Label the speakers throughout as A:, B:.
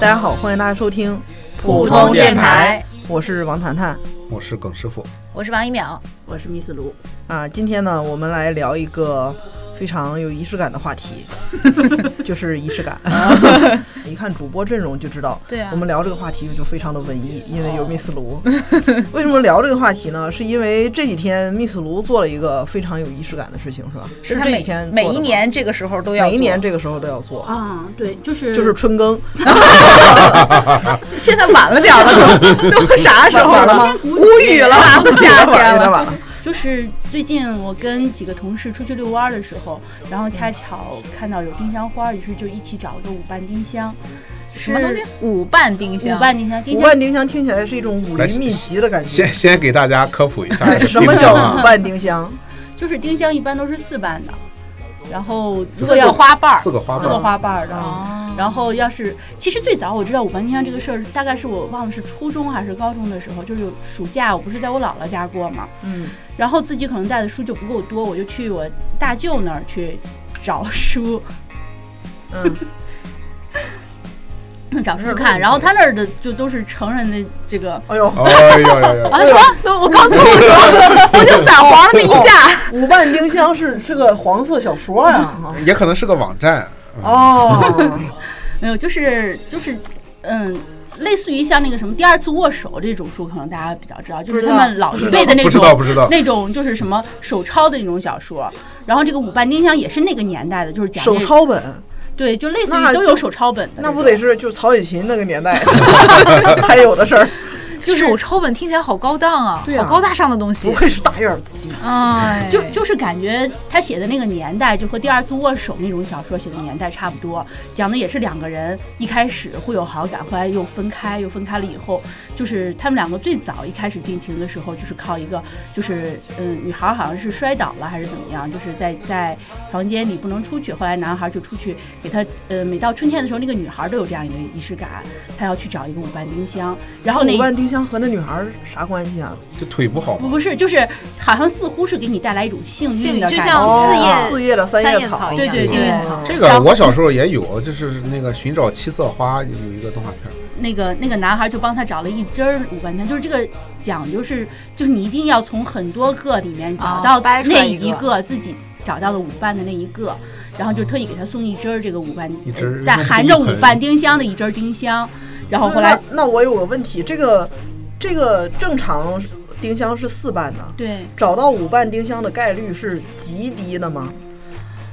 A: 大家好，欢迎大家收听
B: 普通电台，
A: 我是王谈谈
B: 我是耿师傅，
C: 我是王一淼，
D: 我是 Miss 卢，
A: 啊。今天呢，我们来聊一个非常有仪式感的话 题，就是仪式感。一看主播阵容就知道，
C: 对啊哦
A: 我们聊这个话题就非常的文艺，因为有 Miss 卢。为什么聊这个话题呢？是因为这几天 Miss 卢做了一个非常有仪式感的事情，是吧？是
C: 他
A: 这几
C: 每
A: 天做的
C: 每
A: 吗
C: 一年这个时候都要
A: 每一年
C: 做
A: 这个时候都要做，
D: 啊，对，就是
A: 就是春耕。
C: 现在晚了点儿 了，都都啥时候
A: 晚了
C: 了
A: 吗？
C: 谷雨 了吧，都夏天
A: 晚了
C: 了。
A: 晚了，
D: 就是最近我跟几个同事出去遛弯儿的时候，然后恰巧看到有丁香花，于是就一起找了个五瓣丁香，
C: 什
D: 什
C: 么东西？？五瓣丁香
D: 五，瓣丁香，丁
A: 五
D: 香
A: 瓣丁香听起来是一种武
B: 来
A: 林秘籍的感觉。
B: 先先给大家科普一下
A: 哎，什么
B: 丁
A: 叫
B: 香
A: 五
B: 啊？
A: 瓣丁香？
D: 就是丁香一般都是四瓣的，然后
C: 四
D: 要
C: 个花瓣儿
B: 四。个花
D: 四个
B: 瓣，
D: 花瓣儿的。
C: 哦
D: 然后要是，其实最早我知道五瓣丁香这个事儿，大概是我忘了是初中还是高中的时候，就是有暑假我不是在我姥姥家过嘛，
A: 嗯，
D: 然后自己可能带的书就不够多，我就去我大舅那儿去找书，
A: 嗯，
D: 找书看，然后他那儿的就都是成人的这个。
A: 哎
D: 嗯
A: 呦，
B: 哎呦呦呦！
C: 啊什么？都我刚凑合 说，我就散黄了那一下。
A: 五瓣丁香是是个黄色小说呀、啊。
B: 也可能是个网站，
A: 哦，
D: 没有，就是就是，嗯，类似于像那个什么第二次握手这种书，可能大家比较知道，就是他们老一辈的那
B: 不知
D: 种
B: 道不知道。
D: 那种就是什么手抄的那种小说。然后这个《五瓣丁香》也是那个年代的，就是讲这
A: 手
D: 个
A: 抄本，
D: 对，就类似
A: 那
D: 于都
A: 就
D: 有手抄本的这种，
A: 那不得是就曹雪芹那个年代才有的事儿，
C: 就是我抄本听起来好高档啊
A: 对，啊
C: 好高大上的东
A: 不
C: 西。
A: 愧是大院子弟。
C: 哎，
D: 就就是感觉他写的那个年代，就和《第二次握手》那种小说写的年代差不多，讲的也是两个人一开始会有好感，后来又分开，又分开了以后，就是他们两个最早一开始定情的时候，就是靠一个，就是嗯，女孩好像是摔倒了还是怎么样，就是在在房间里不能出去，后来男孩就出去给她，呃，每到春天的时候，那个女孩都有这样一个仪式感，她要去找一个五瓣丁香，然后那
A: 五瓣丁香和那女孩儿啥关系啊？
B: 这腿不好
D: 不
B: 吗？
D: 不是，就是好像似乎是给你带来一种幸
C: 幸
D: 运的
C: 就
D: 感
C: 像
D: 觉。
C: 四叶
A: 哦四叶的三
C: 三
A: 叶
C: 叶
A: 草
C: 草一
D: 对
C: 样
D: 对
C: 幸
D: 对
C: 运
A: 嗯
C: 草。
B: 这个我小时候也有，就是那个寻找七色花有一个动画片，
D: 那个那个男孩就帮他找了一支儿五瓣汤，就是这个讲究是，就是你一定要从很多个里面找
C: 啊
D: 到
C: 掰出
D: 那
C: 来一
D: 一
C: 个
D: 个自己找到的五瓣的那一个，然后就特意给他送一支儿这个五瓣
B: 一支儿，
D: 带
B: 那不是
D: 含
B: 一
D: 着五
B: 盆
D: 瓣丁香的一支儿丁香，然后后来
A: 那那我有个问题，这个这个正常丁香是四瓣的，
D: 对，
A: 找到五瓣丁香的概率是极低的吗？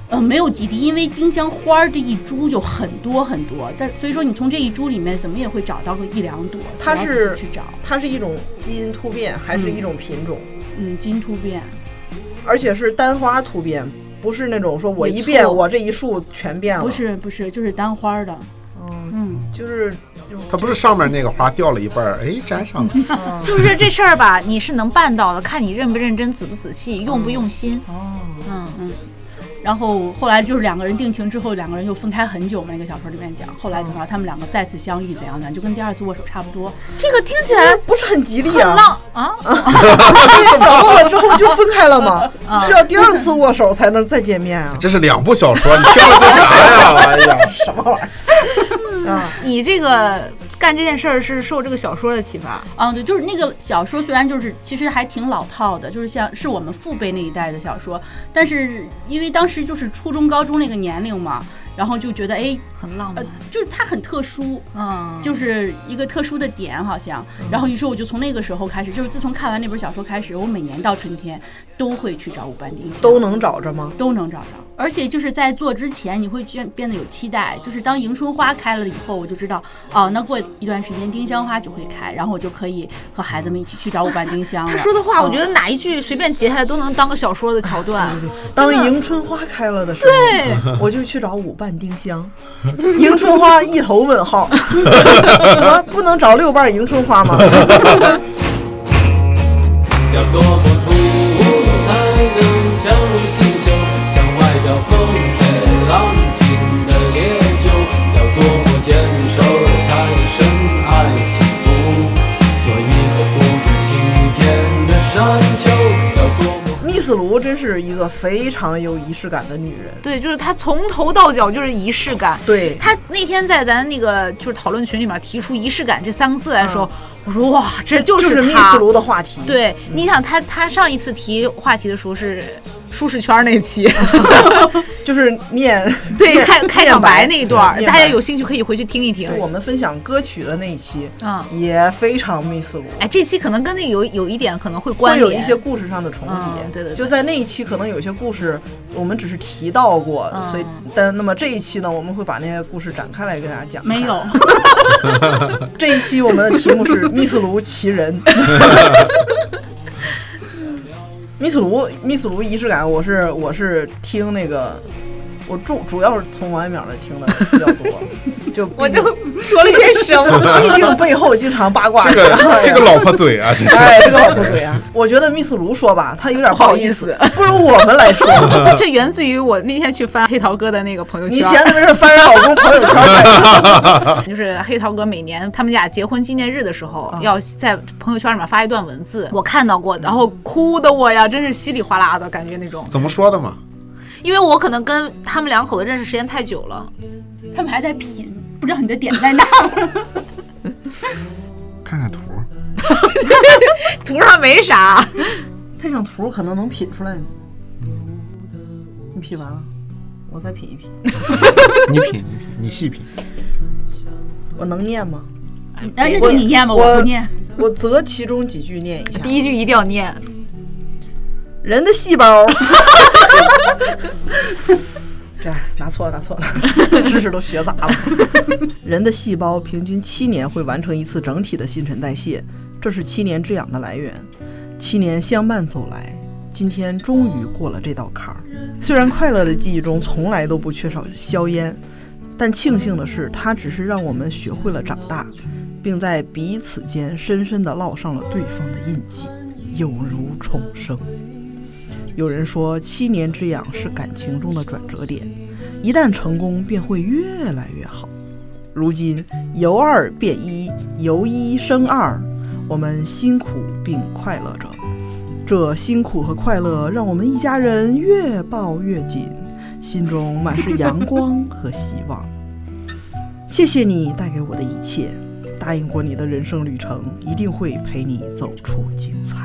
D: 呃，没有几滴，因为丁香花儿这一株有很多很多，但所以说你从这一株里面怎么也会找到个一两朵，
A: 它
D: 只要
A: 是
D: 自己去找，
A: 它是一种基因突变，还是一种品种？
D: 嗯，金突变，
A: 而且是单花突变，不是那种说我一
D: 没错
A: 变我这一树全
C: 啊
A: 变了，
D: 不，是不是，就是单花儿的，
A: 嗯，
D: 嗯。
A: 就是
B: 它不是上面那个花掉了一半儿，哎，粘上了。
C: 就是这事儿吧，你是能办到的，看你认不认真、仔不仔细、用不用心。
A: 哦，
C: 嗯，
D: 然后后来就是两个人定情之后，两个人又分开很久嘛。那个小说里面讲，后来正好他们两个再次相遇，怎样怎样，就跟第二次握手差不多。
C: 这个听起来
A: 不是很吉利
C: 很
A: 啊。
C: 浪啊，
A: 找到了之后就分开了 嘛，
C: 嗯
A: 需要第二次握手才能再见面啊。
B: 这是两部小说，你挑的是啥呀？ 哎呀，
A: 什么玩意儿？啊，
C: 你这个干这件事儿是受这个小说的启发，
D: 嗯，对，就是那个小说，虽然就是其实还挺老套的，就是像是我们父辈那一代的小说，但是因为当时就是初中、高中那个年龄嘛，然后就觉得哎，
C: 很浪
D: 呃
C: 漫。，
D: 就是它很特殊，
C: 嗯，
D: 就是一个特殊的点，好像。然后于是我就从那个时候开始，就是自从看完那本小说开始，我每年到春天都会去找五瓣丁香。
A: 都能找着吗？
D: 都能找着。而且就是在做之前，你会变变得有期待，就是当迎春花开了以后，我就知道哦，那过一段时间丁香花就会开，然后我就可以和孩子们一起去找五瓣丁香了。
C: 他说的话，我觉
D: 得
A: 嗯
C: 得哪一句随便截下来都能当个小说的桥段。
A: 当迎春花开了的时候，
C: 对，
A: 我就去找五瓣丁香。迎春花一头问号， 怎么不能找六瓣迎春花吗？
E: 要多么突兀才能将你吸收？向外表风雪浪静的猎奇，
A: 个非常有仪式感的女人。
C: 对，就是他从头到脚就是仪式感。
A: 对，
C: 他那天在咱那个就是讨论群里面提出“仪式感”这三个字来说，我说哇，这就
A: 嗯就是嗯密
C: 他。
A: 斯卢的话题。，
C: 对，你想他他上一次提话题的时候是舒适圈那 期，
A: 就是念
C: 对
A: 念
C: 开开场白
A: 念
C: 那一段儿，
A: 念
C: 大
A: 白
C: 家有兴趣可以回去听一听。
A: 我们分享歌曲的那一期，
C: 嗯
A: 也非常密斯卢。
C: 哎，这期可能跟那有有一点可能会关
A: 会
C: 联，
A: 有一些故事上的重叠，
C: 嗯对对对
A: 就在那一期可能有些故事我们只是提到过，
C: 嗯
A: 所以但那么这一期呢，我们会把那些故事展开来给大家讲。
D: 没有，
A: 这一期我们的题目是密斯卢奇人。密斯卢，密斯卢仪式感，我是我是听那个，我主主要是从王一淼那听的比较多， 就
C: 我
A: 毕
C: 就
A: 竟
C: 说了些 什么。
A: 毕竟背后经常八卦
B: 这个这个老婆嘴啊，这是
A: 哎，这个老婆嘴啊！我觉得密斯卢说吧，他有点
C: 不好
A: 好
C: 意
A: 意
C: 思
A: 思，不如我们来说。
C: 这源自于我那天去翻黑桃哥的那个朋友 圈，
A: 你闲着没事翻人老公朋友圈看，
C: 就是黑桃哥每年他们俩结婚纪念日的时候，要在朋友圈里面发一段文字，嗯我看到过，然后哭的我呀，真是稀里哗啦的感觉那种，
B: 怎么说的嘛？
C: 因为我可能跟他们两口子认识时间太久了，
D: 他们还在品，不知道你的点在哪。
B: 看看图，
C: 图上没啥，
A: 配上图可能能品出来。你品完了，我再品一品。
B: 你品你品你细品，
A: 我能念吗？
D: 然后就你念吧，
A: 我
D: 我不念。
A: 我择其中几句念一下。
C: 第一句一定要念，
A: 人的细 胞，这哎拿错了，拿错了， 知识都学杂了。人的细胞平均七年会完成一次整体的新陈代谢，这是七年之痒的来源。七年相伴走来，今天终于过了这道坎儿。虽然快乐的记忆中从来都不缺少硝烟，但庆幸的是，它只是让我们学会了长大，并在彼此间深深地烙上了对方的印记，有如重生。有人说，七年之痒是感情中的转折点，一旦成功便会越来越好。如今由二变一，由一生二，我们辛苦并快乐着。这辛苦和快乐让我们一家人越抱越紧，心中满是阳光和希望。谢谢你带给我的一切，答应过你的人生旅程一定会陪你走出精彩。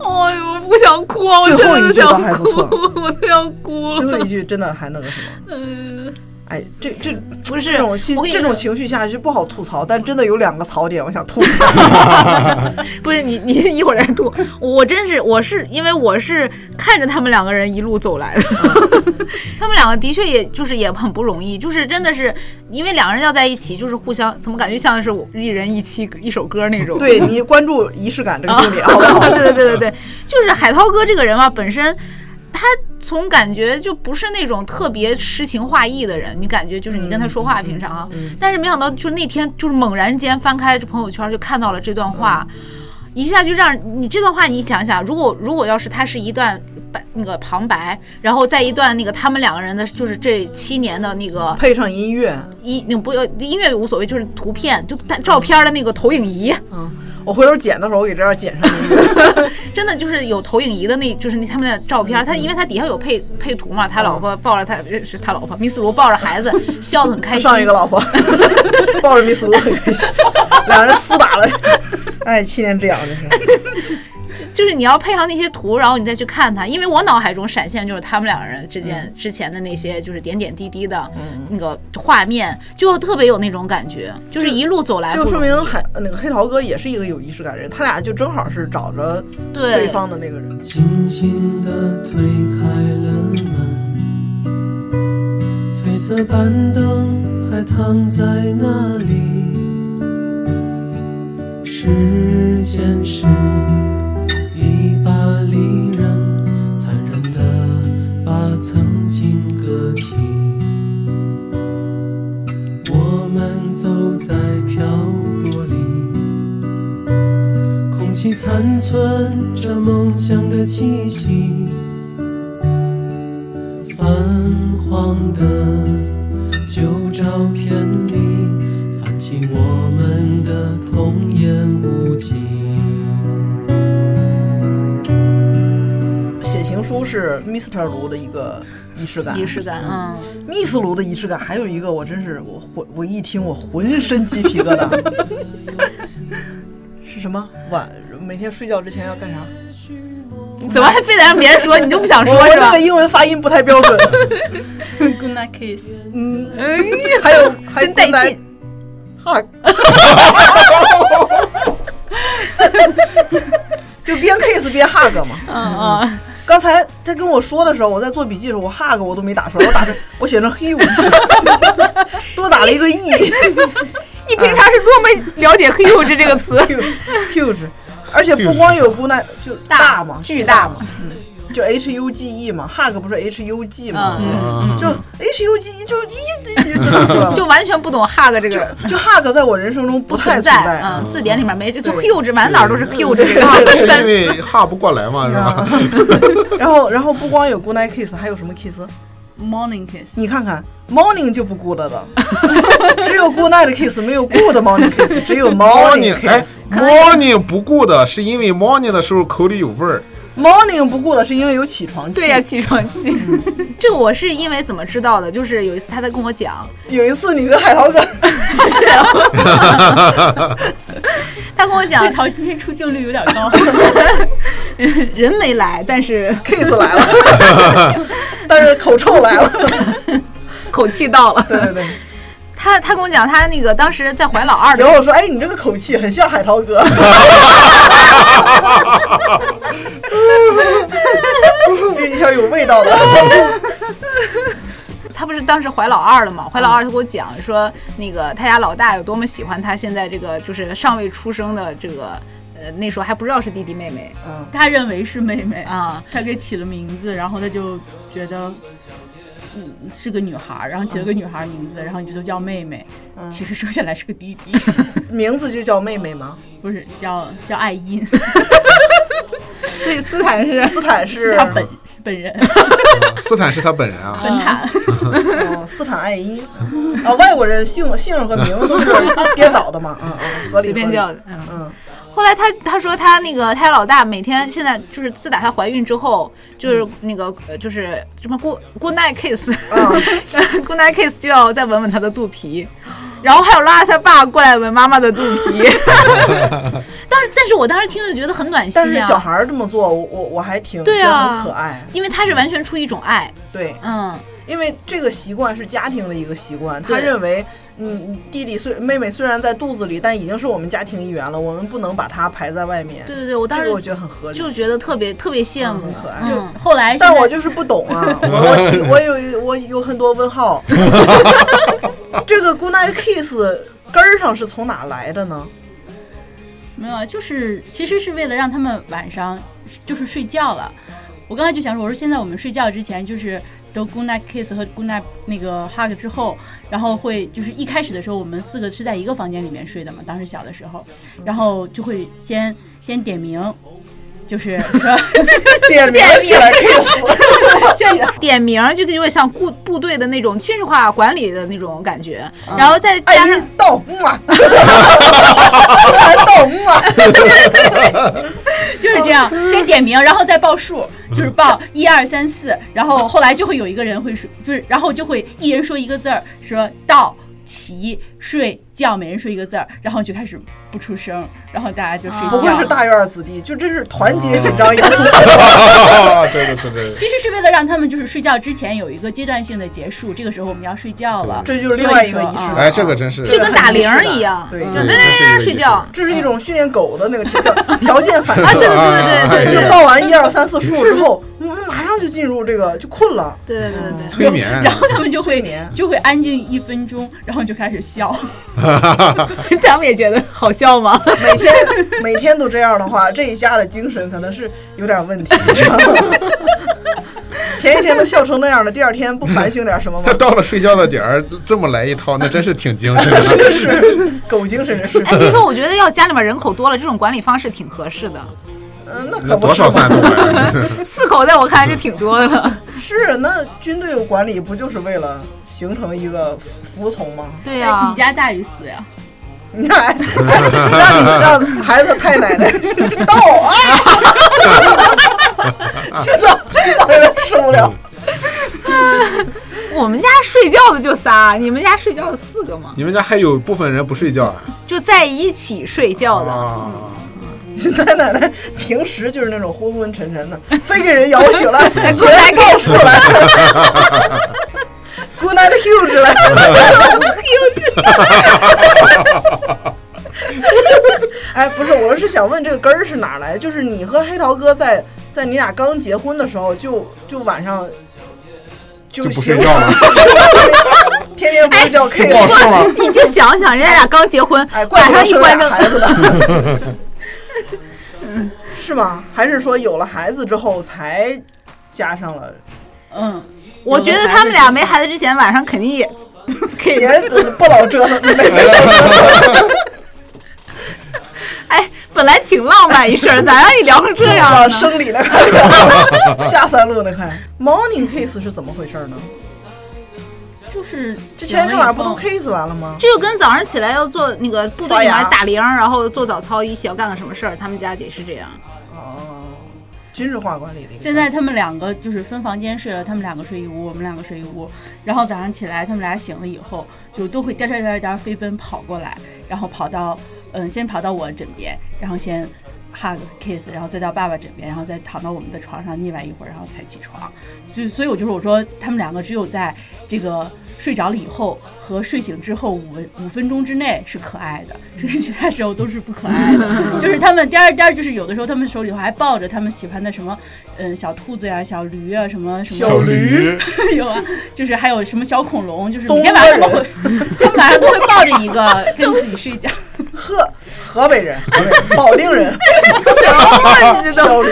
C: 哎呦，我不想哭，啊我
A: 最
C: 现
A: 后
C: 在就
A: 一句倒
C: 想
A: 还不
C: 哭
A: 错，
C: 我都要哭
A: 最后
C: 了。嗯
A: 一句真的还那个什么？哎，这这
C: 不是
A: 这种心
C: 我跟你
A: 这
C: 说
A: 种情绪下去不好吐槽，但真的有两个槽点，我想吐 槽。
C: 不是你，你 一会儿再吐。我真是，我是因为我是看着他们两个人一路走来的， 他们两个的确也就是也很不容易，就是真的是因为两个人要在一起，就是互相怎么感觉像是我一人一期一首歌那种。
A: 对你关注仪式感这个
C: 啊，
A: 重点，好不好？
C: 对对对对对，就是海涛哥这个人吧，本身他从感觉就不是那种特别诗情画意的人，你感觉就是你跟他说话平常啊，但是没想到就那天就是猛然间翻开这朋友圈就看到了这段话。一下就让你这段话，你想想，如果如果要是它是一段白那个旁白，然后再一段那个他们两个人的，就是这七年的那个
A: 配上音乐，
C: 音，那不音乐无所谓，就是图片，就它照片的那个投影仪，
A: 我回头剪的时候我给这儿剪上音乐。
C: 真的就是有投影仪的那，就是那他们的照片。
A: 嗯
C: 他因为他底下有配配图嘛，他
A: 啊
C: 老婆抱着他是他老婆密斯罗抱着孩 子，笑得很开心。
A: 上一个老婆抱着密斯卢很开心，两人厮打了。哎，七年之痒这是。
C: 就是你要配上那些图，然后你再去看他，因为我脑海中闪现就是他们两个人之
A: 嗯
C: 间、之前的那些就是点点滴滴的那个画面，就特别有那种感觉，就是一路走来哎不
A: 就
C: 容易，
A: 说明海那个黑桃哥也是一个有仪式感的人，他俩就正好是找着对
C: 对
A: 方的那个人。
F: 轻轻地推开了门，褪色板凳还躺在那里，时间是一把利刃，残忍地把曾经割起。我们走在漂泊里。空气残存着梦想的气息，泛黄的旧照片里泛起我们的童言无忌。
A: 写情书是 Mr. 卢的一个仪式感，
C: 仪式感，嗯，
A: Miss 卢的仪式感，还有一个我真是我浑我一听我浑身鸡皮疙瘩， 是什么？晚每天睡觉之前要干啥？
C: 怎么还非得让别人说？你就不想
A: 我
C: 说
A: 我
C: 是啊
A: 这
C: 吧
A: 个？英文发音不太标 准，
D: Good night kiss，
A: 嗯， 还有还
C: 哎真带劲
A: 还哈，就边 kiss 边 hug 嘛。
C: 嗯嗯，
A: 刚才他跟我说的时候，我在做笔记的时候，我 hug 我都没打出来，我打成我写成 he，多打了一个 e。
C: 你平常是多么了解 huge 这个词
A: huge，而且不光有 good night，就大嘛，
C: 巨大嘛，
A: 就 H U G E 嘛，hug 不是 H U G 嘛，
B: 嗯，
A: 就 H U G E 就一就就就
C: 就完全不懂 hug 这个
A: 嗯就就 hug 在我人生中
C: 不
A: 太
C: 存
A: 存
C: 在，
A: 啊
C: 嗯，字典里面没这，就
A: 对
C: huge 满哪儿都是 huge 这个
B: 那是
C: 字，
B: 因为哈不过来嘛，是吧？
A: 然后然后不光有 good night kiss，还有什么 kiss？
D: morning kiss，
A: 你看看 morning 就不 good 了，只有 good night kiss，没有 good morning kiss，只有 morning
B: morning 哎
A: kiss。
B: ，morning 不顾的是因为 morning 的时候口里有味儿，
A: morning 不 good 是因为有起床气。
C: 对呀，起床气。 这个我是因为怎么知道的？就是有一次他在跟我 讲，
A: 有一次你跟海涛哥，
C: 啊 他跟我讲
D: 这条今天出镜率有点高，
C: 人没来，但是
A: kiss 来了，但是口臭来了。
C: 口气到了。
A: 对对对。
C: 他他跟我讲，他那个当时在怀老二的
A: 然后我说：“哎，你这个口气很像海涛 哥。这一条有味道的，
C: 他不是当时怀老二了嘛？怀老二他给我讲说，那个他家老大有多么喜欢他现在这个就是尚未出生的这个，呃，那时候还不知道是弟弟妹妹
A: 嗯，
D: 他认为是妹妹，
C: 啊。
D: 他给起了名字，然后他就觉得。嗯，是个女孩儿，然后起了个女孩儿名字，然后一直都叫妹妹，
A: 嗯
D: 其实生下来是个弟 弟，
A: 名字就叫妹妹吗？
D: 不是叫叫爱因，
C: 所以斯坦是
A: 斯坦是
D: 他本 本人
B: 斯坦是他本人 啊，
D: 本坦，
A: 哦斯坦爱因啊，外国人姓姓和名字都是颠倒的嘛，啊啊，合理
C: 随便
A: 合理
C: 叫的，嗯。
A: 嗯，
C: 后来他他说他那个他家老大每天现在就是自打她怀孕之后，就是那个、呃就是什么 good good night kiss，、good night kiss 就要再吻吻她的肚皮，然后还有拉着他爸过来吻妈妈的肚皮。 但是但是我当时听着觉得很暖心
A: 但是小
C: 啊，
A: 孩儿这么做，我我我还挺
C: 对
A: 觉得
C: 啊
A: 很可爱，
C: 因为他是完全出一种爱，
A: 对，
C: 嗯，
A: 因为这个习惯是家庭的一个习惯，他
C: 对
A: 认为，嗯，你弟弟虽妹妹虽然在肚子里，但已经是我们家庭一员了，我们不能把他排在外面。
C: 对对对，我当
A: 这个我觉
C: 时
A: 得很合理。
C: 就觉得特别特别羡慕
A: 嗯很，可爱
C: 嗯，
D: 后来现在
A: 但我就是不懂 啊，我我挺我有我有很多问号。这个 good night kiss 根儿上是从哪来的呢？
D: 没有，啊，就是其实是为了让他们晚上就是睡觉了。我刚才就想说，我说现在我们睡觉之前就是都 good night kiss 和 good night 那个 hug 之后，然后会就是一开始的时候我们四个是在一个房间里面睡的嘛，当时小的时候，然后就会先先点名，就是说
A: 点名起来 kiss，
C: 点名儿就有点像部部队的那种军事化管理的那种感觉，然后再
A: 哎
C: 加上。
A: 到嗯啊，斯坦到嗯啊，
D: 就是这样，
A: 哦
D: 先点名，然后再报数，就是报一二三四，然后后来就会有一个人会说，就是然后就会一人说一个字儿，说到齐睡觉，每人说一个字儿，然后就开始不出声，然后大家就睡觉。
A: 哦不会是大院儿子弟，就真是团
B: 哦
A: 结紧张严肃。
B: 对对对对，
D: 其实是为了让他们就是睡觉之前有一个阶段性的结束，这个时候我们要睡觉了，
A: 这就是另外一个
D: 所以
A: 仪
D: 说
A: 式
D: 啊
A: 感
B: 哎，这个真是，
C: 就跟打铃儿一样，嗯
A: 对
C: 就
A: 对
C: 噔噔噔噔睡觉。
A: 这是一种训练狗的那个 条条条件 反射。
C: 嗯啊，对对 对对对
B: 哎
A: 就
C: 对
A: 报完一二三四数之后，嗯，马上就进入这个就困了。
C: 对对对对对，
B: 催眠啊
D: 然，后他们就会
A: 眠
D: 就会安静一分钟，然后就开始笑。
C: 他们也觉得好笑 吗？
A: 每天每天都这样的话，这一家的精神可能是有点问题。你知道吗 前一天都笑成那样了，第二天不反省点什么吗
B: 他？ 到了睡觉的点儿，这么来一套，那真是挺精神的。
A: 真是狗精神，真是。
C: 哎，你说我觉得要家里面人口多了，这种管理方式挺合适的，
A: 嗯，那
B: 那
A: 可不
B: 多
A: 是
B: 少
A: 嘛
B: 算多呀？
C: 四口在我看来就挺多的了。
A: 是那军队管理不就是为了形成一个服服从吗？
C: 对啊
D: 哎
A: 啊
C: 呀
D: 以，家大于死呀，
A: 你看，哎让你让孩子太奶奶到啊！ 洗澡洗澡人受不了。
B: 嗯
C: 我们家睡觉的就仨，你们家睡觉的四个吗？
B: 你们家还有部分人不睡觉啊？
C: 就在一起睡觉的。
B: 啊，
A: 太奶奶平时就是那种昏昏沉沉的，非给人摇醒了，起来告死 了。Good night, huge 了。 哎，不是，我是想问这个根儿是哪儿来？就是你和黑桃哥在在你俩刚结婚的时候，就就晚上就
B: 就不
A: 行
B: 睡觉了， 哎
A: 天天不睡觉，可以
B: 不好
A: 了
B: 受了。
C: 你就想想，人家俩刚结婚，
A: 哎，怪
C: 晚
A: 不得
C: 上一
A: 生
C: 关
A: 俩
C: 灯，
A: 孩子的， 嗯是吗？还是说有了孩子之后才加上了？
D: 嗯，
C: 我觉得他们俩没孩子之前，晚上肯定也 可以。
A: 别不老折腾， 没没
C: 哎，本来挺浪漫一事儿，咋让你聊成这样了
A: 往
C: 呢？
A: 生理 那块儿下三路那块儿。Morning kiss 是怎么回事呢？
D: 就是
A: 之前这
D: 醒了以
A: 晚上不都
D: 后
A: kiss 完了吗？
C: 这就跟早上起来要做那个部队
A: 刷
C: 里
A: 牙
C: 面打铃儿，然后做早操一起要干个什么事儿，他们家也是这样。
A: 哦，军事化管理的一个。
D: 现在他们两个就是分房间睡了，他们两个睡一屋，我们两个睡一屋。然后早上起来，他们俩醒了以后，就都会颠颠颠颠飞奔跑过来，然后跑到嗯，先跑到我枕边，然后先 hug kiss，然后再到爸爸枕边，然后再躺到我们的床上腻歪一会儿，然后才起床。所以，所以我就是我说，他们两个只有在这个睡着了以后和睡醒之后五分五分钟之内是可爱的，是其他时候都是不可爱的。就是他们颠儿颠儿，就是有的时候他们手里头还抱着他们喜欢的什么，嗯，小兔子呀、小驴啊，什么什么
A: 小
B: 小驴，
D: 有啊，就是还有什么小恐龙，就是
A: 东
D: 每天晚上都会， 他们晚上都会抱着一个跟自己睡觉。
A: 呵，河北人，河北人保定人，
D: 啊
A: 小驴，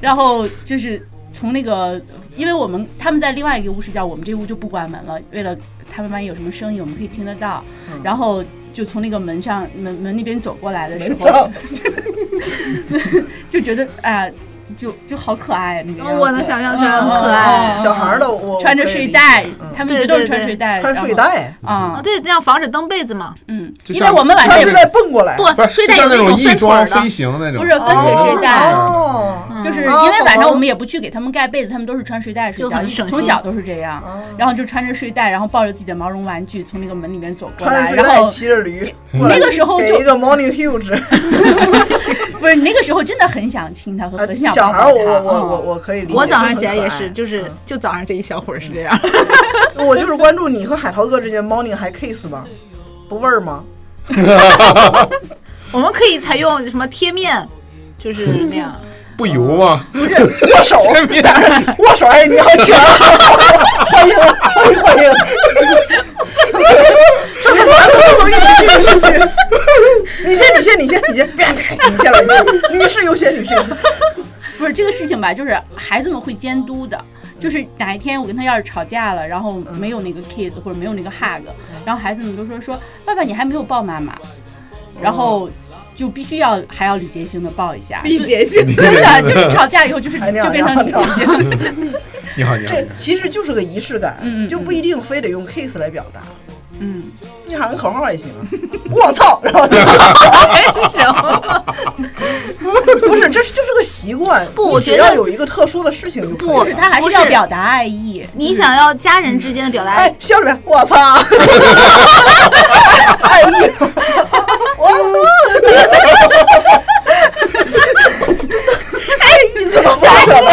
D: 然后就是从那个，因为我们他们在另外一个屋睡觉，我们这屋就不关门了，为了他们万一有什么声音，我们可以听得到。
A: 嗯
D: 然后就从那个门上门门那边走过来的时
A: 门上
D: 候，就觉得哎、呀，就就好可爱那个样子。
C: 哦我能想象出来很
D: 嗯
C: 可爱。
A: 小孩儿的我
D: 穿着睡袋，
A: 嗯
D: 他们一直都是
C: 对对
D: 穿睡袋，
A: 穿睡袋，
D: 啊
C: 啊，，对，这样防止蹬被子嘛。
D: 嗯，
B: 就
D: 因
B: 像
D: 为我们晚上
A: 穿
D: 也
A: 睡袋蹦过来，
C: 不，
B: 不
C: 睡
B: 是就
C: 袋有
B: 像
C: 那
B: 那种翼
C: 分腿
B: 装
C: 儿
B: 飞
C: 的，
B: 行那种，啊
D: 不是分腿睡袋。
A: 哦，
D: 就是
A: 嗯
D: 因为晚上
A: 哦
D: 我们也不去给他们盖被子，他们都是穿睡袋睡
C: 就
D: 觉，
C: 很省
D: 从
C: 心
D: 小都是这样。
A: 哦
D: 然后就穿着睡袋，然后抱着自己的毛绒玩具从那个门里面走过
A: 穿着
D: 来，
A: 睡
D: 然
A: 袋
D: 后
A: 骑着 驴，
D: 那个时候
A: 给
D: 就
A: 一个 morning huge。
D: 不是那个时候真的很想亲他和
A: 啊
D: 很想
A: 小
D: 抱
A: 孩儿
D: 抱
A: 我，我
D: 他。
A: 我我
D: 嗯
A: 我可以理解。
C: 我早上起
A: 真
C: 来
A: 的可
C: 也
A: 爱
C: 是，就是就早上这一小会儿是这样。
A: 我就是关注你和海涛哥之间 morning 还 kiss 吗？不味儿吗？
C: 我们可以采用什么贴面，就是那样。
B: 不油啊吗？
A: 握手，握手，哎，你好，起来， 欢迎啊， 欢迎，欢迎。上厕所，上厕所，一起去，一起去。你先，你先，你先，你先，别别，你先来，你女士优先，女士优先。
D: 不是这个事情吧，就是孩子们会监督的。就是哪一天我跟他要是吵架了，然
A: 嗯
D: 后没有那个 kiss 或者没有那个 hug，然后孩子们都说说爸爸你还没有抱妈妈，然
A: 哦
D: 后就必须要还要礼节性的抱一下。
C: 礼节性，
D: 真 的就是吵架以后就是
A: 哎你好
D: 就变成礼节性。
B: 你好，你好，
A: 这
B: 你好
A: 其实就是个仪式感，就不一定非得用 kiss 来表达。
D: 嗯，
A: 你喊个口号也行啊！ 我操，然后就
C: 行。
A: 不是，这是就是个习惯。
C: 不
A: 你
C: 我
A: 只
C: 觉
A: 要
C: 得
A: 有一个特殊的事情就可以
C: 不
A: 了
D: 就是他还
C: 不
D: 是
C: 是
D: 要表达爱意。
C: 你想要家人之间的表达，
A: 哎，笑什么呀？我操！ 哎呀， 我操！哎，你怎么不怎么？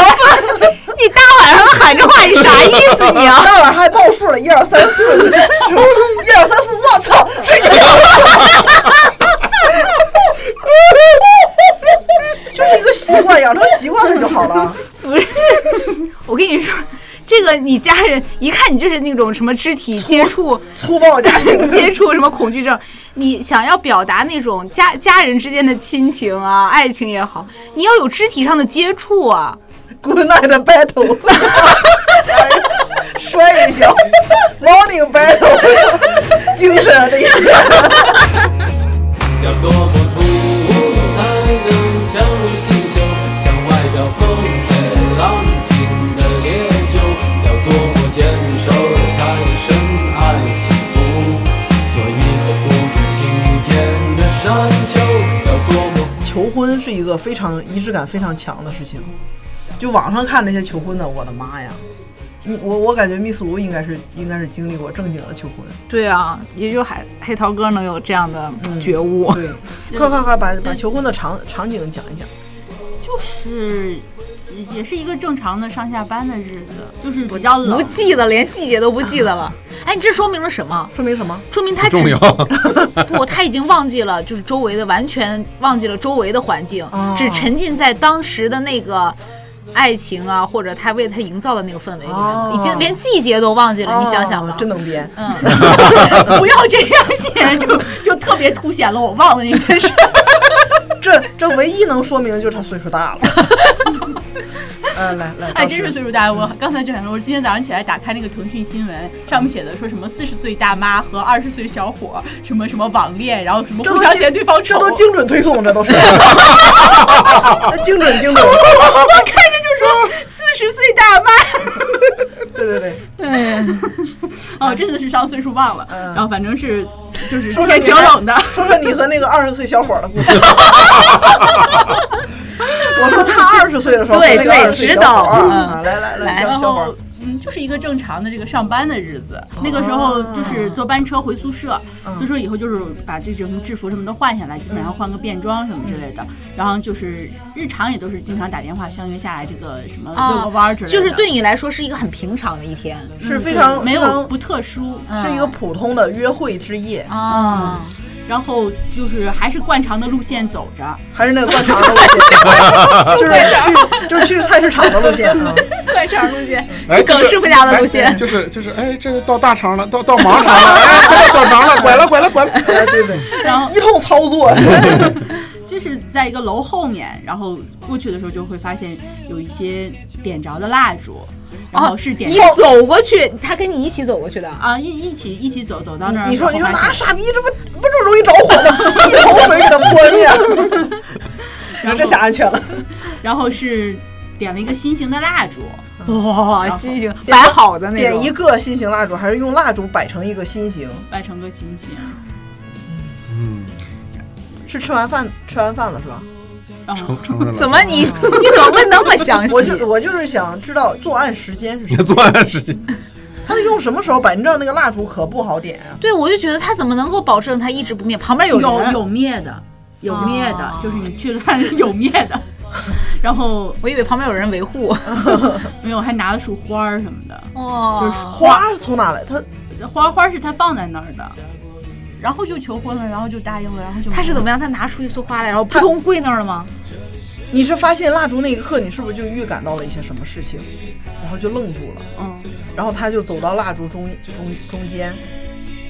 C: 你大晚上的喊这话，你啥意思你啊？
A: 那晚上还报数了，一二三四，是吧一二三四，我操！睡觉。就是一个习惯，养成习惯了就好了。
C: 不是，我跟你说，这个你家人一看你就是那种什么肢体接触、
A: 粗暴家庭，
C: 接触什么恐惧症，你想要表达那种家家人之间的亲情啊、爱情也好，你要有肢体上的接触啊。
A: Good night battle，摔一跤，Morning battle，精神力。
E: 要多么突兀才能将你吸收，向外表风平浪静的烈酒，要多么坚守才深谙企图，做一个不知其间的山丘，要多么。
A: 求婚是一个个非常仪式感非常强的事情。就网上看那些求婚的，我的妈呀！嗯我我感觉密斯卢应该是应该是经历过正经的求婚。
C: 对啊，也就海黑桃哥能有这样的 觉悟。
A: 对，快快快，把把求婚的场场景讲一讲。
G: 就是也是一个正常的上下班的日子，就是比较冷
C: 不。记得，连季节都不记得了。哎，你这说明了什么？
A: 说明什么？
C: 说明他只
B: 重要，
C: 不，他已经忘记了，就是周围的，完全忘记了周围的环境，
A: 哦
C: 只沉浸在当时的那个爱情啊，或者他为他营造的那个氛围里面，
A: 哦
C: 已经连季节都忘记
D: 哎
C: 了。你想想
A: 哦
C: 吧，
A: 真能编。
D: 嗯不要这样写，就就特别凸显了我忘了那件事。
A: 这这唯一能说明的就是他岁数大了。 嗯，来来，
D: 哎，
A: 老
D: 真
A: 师
D: 是岁数大！我刚才就想说，我今天早上起来打开那个腾讯新闻，上面写的说什么四十岁大妈和二十岁小伙什么什么网恋，然后什么
A: 这
D: 互
A: 都
D: 相
A: 精
D: 嫌对方丑，
A: 这都精准推送，这都 是精准精准。
D: 四十岁大妈。
A: 对对对，
D: 哦，真的是上岁数忘了。
A: 哎嗯
D: 然后反正是就是
A: 说说
D: 天
A: 你
D: 挺
A: 还
D: 冷的，
A: 说说你和那个二十岁小伙儿的故事。我说他二十岁的时候，
C: 对
A: 和那个
C: 对
A: 20岁
C: 指
A: 小伙儿
D: 导
A: 啊，来来来，小
D: 然
A: 小伙儿
D: 后，嗯，就是一个正常的这个上班的日子。那个时候
A: 哦
D: 就是坐班车回宿舍，
A: 嗯
D: 所以说以后就是把这种制服什么都换下来，基本上换个便装什么之类
A: 嗯
D: 的。然后就是日常也都是经常打电话相约下来，这个什么
A: 哦
D: 遛
C: 啊
D: 个弯儿之类的。
C: 就是对你来说是一个很平常的一天
A: 是
D: 嗯
A: 非
D: 对
A: 常
D: 没
A: 非
D: 有
A: 常嗯
D: 不嗯特殊。
A: 是一个普通的约会之夜，
C: 啊。
D: 然后就是还是惯常的路线走着，
A: 还是那个惯常的路线，啊就是去就是去菜市场的路线啊。
C: 快肠路线，
B: 哎
C: 去耿
B: 就是
C: 师傅家的路
B: 哎
C: 线。
B: 就是就是，哎，这个到大肠了，到到盲肠了，哎，快到小肠了，拐了拐了拐了，
A: 哎，对对，
D: 然后
A: 一通操作，
D: 这是在一个楼后面，然后过去的时候就会发现有一些点着的蜡烛，然
A: 哦
D: 后是点
C: 你走过去，他跟你一起走过去的。
D: 啊一一起一起走走到那儿，
A: 你说你
D: 然
A: 说
D: 后
A: 拿
D: 发现
A: 傻逼，这不不这么容易着火吗？ 一桶水给它泼灭，
D: 然后
A: 这下安全了。
D: 然后是点了一个新型的蜡烛，
C: 哇，
D: 后
C: 哦心形摆好的那
A: 点一
C: 种，
A: 个心形蜡烛，还是用蜡烛摆成一个心形？
D: 掰成个心形，
B: 嗯，
A: 是吃完饭吃完饭了是吧？
D: 然后
B: 承承认了。
C: 怎么你你怎么问那么详细？
A: 我就我就是想知道作案时间是什
B: 你
A: 么，
B: 作案时间？
A: 他用什么时候摆？你知道那个蜡烛可不好点啊。
C: 对，我就觉得他怎么能够保证他一直不灭？旁边
D: 有
C: 有人，
D: 有灭的，有灭的，
C: 哦
D: 就是你去了看有灭的， 然后
C: 我以为旁边有人维护。
D: 没有还拿了束花儿什么的，
C: 哦
D: 就是
A: 花儿从哪来？他
D: 花花是他放在那儿的，然后就求婚了，然后就答应了，然后就
C: 他是怎么
D: 样？
C: 样？他拿出一束花来，然后扑通跪那儿了吗？
A: 你是发现蜡烛那一刻，你是不是就预感到了一些什么事情，然后就愣住了，
D: 嗯，
A: 然后他就走到蜡烛中中中 间，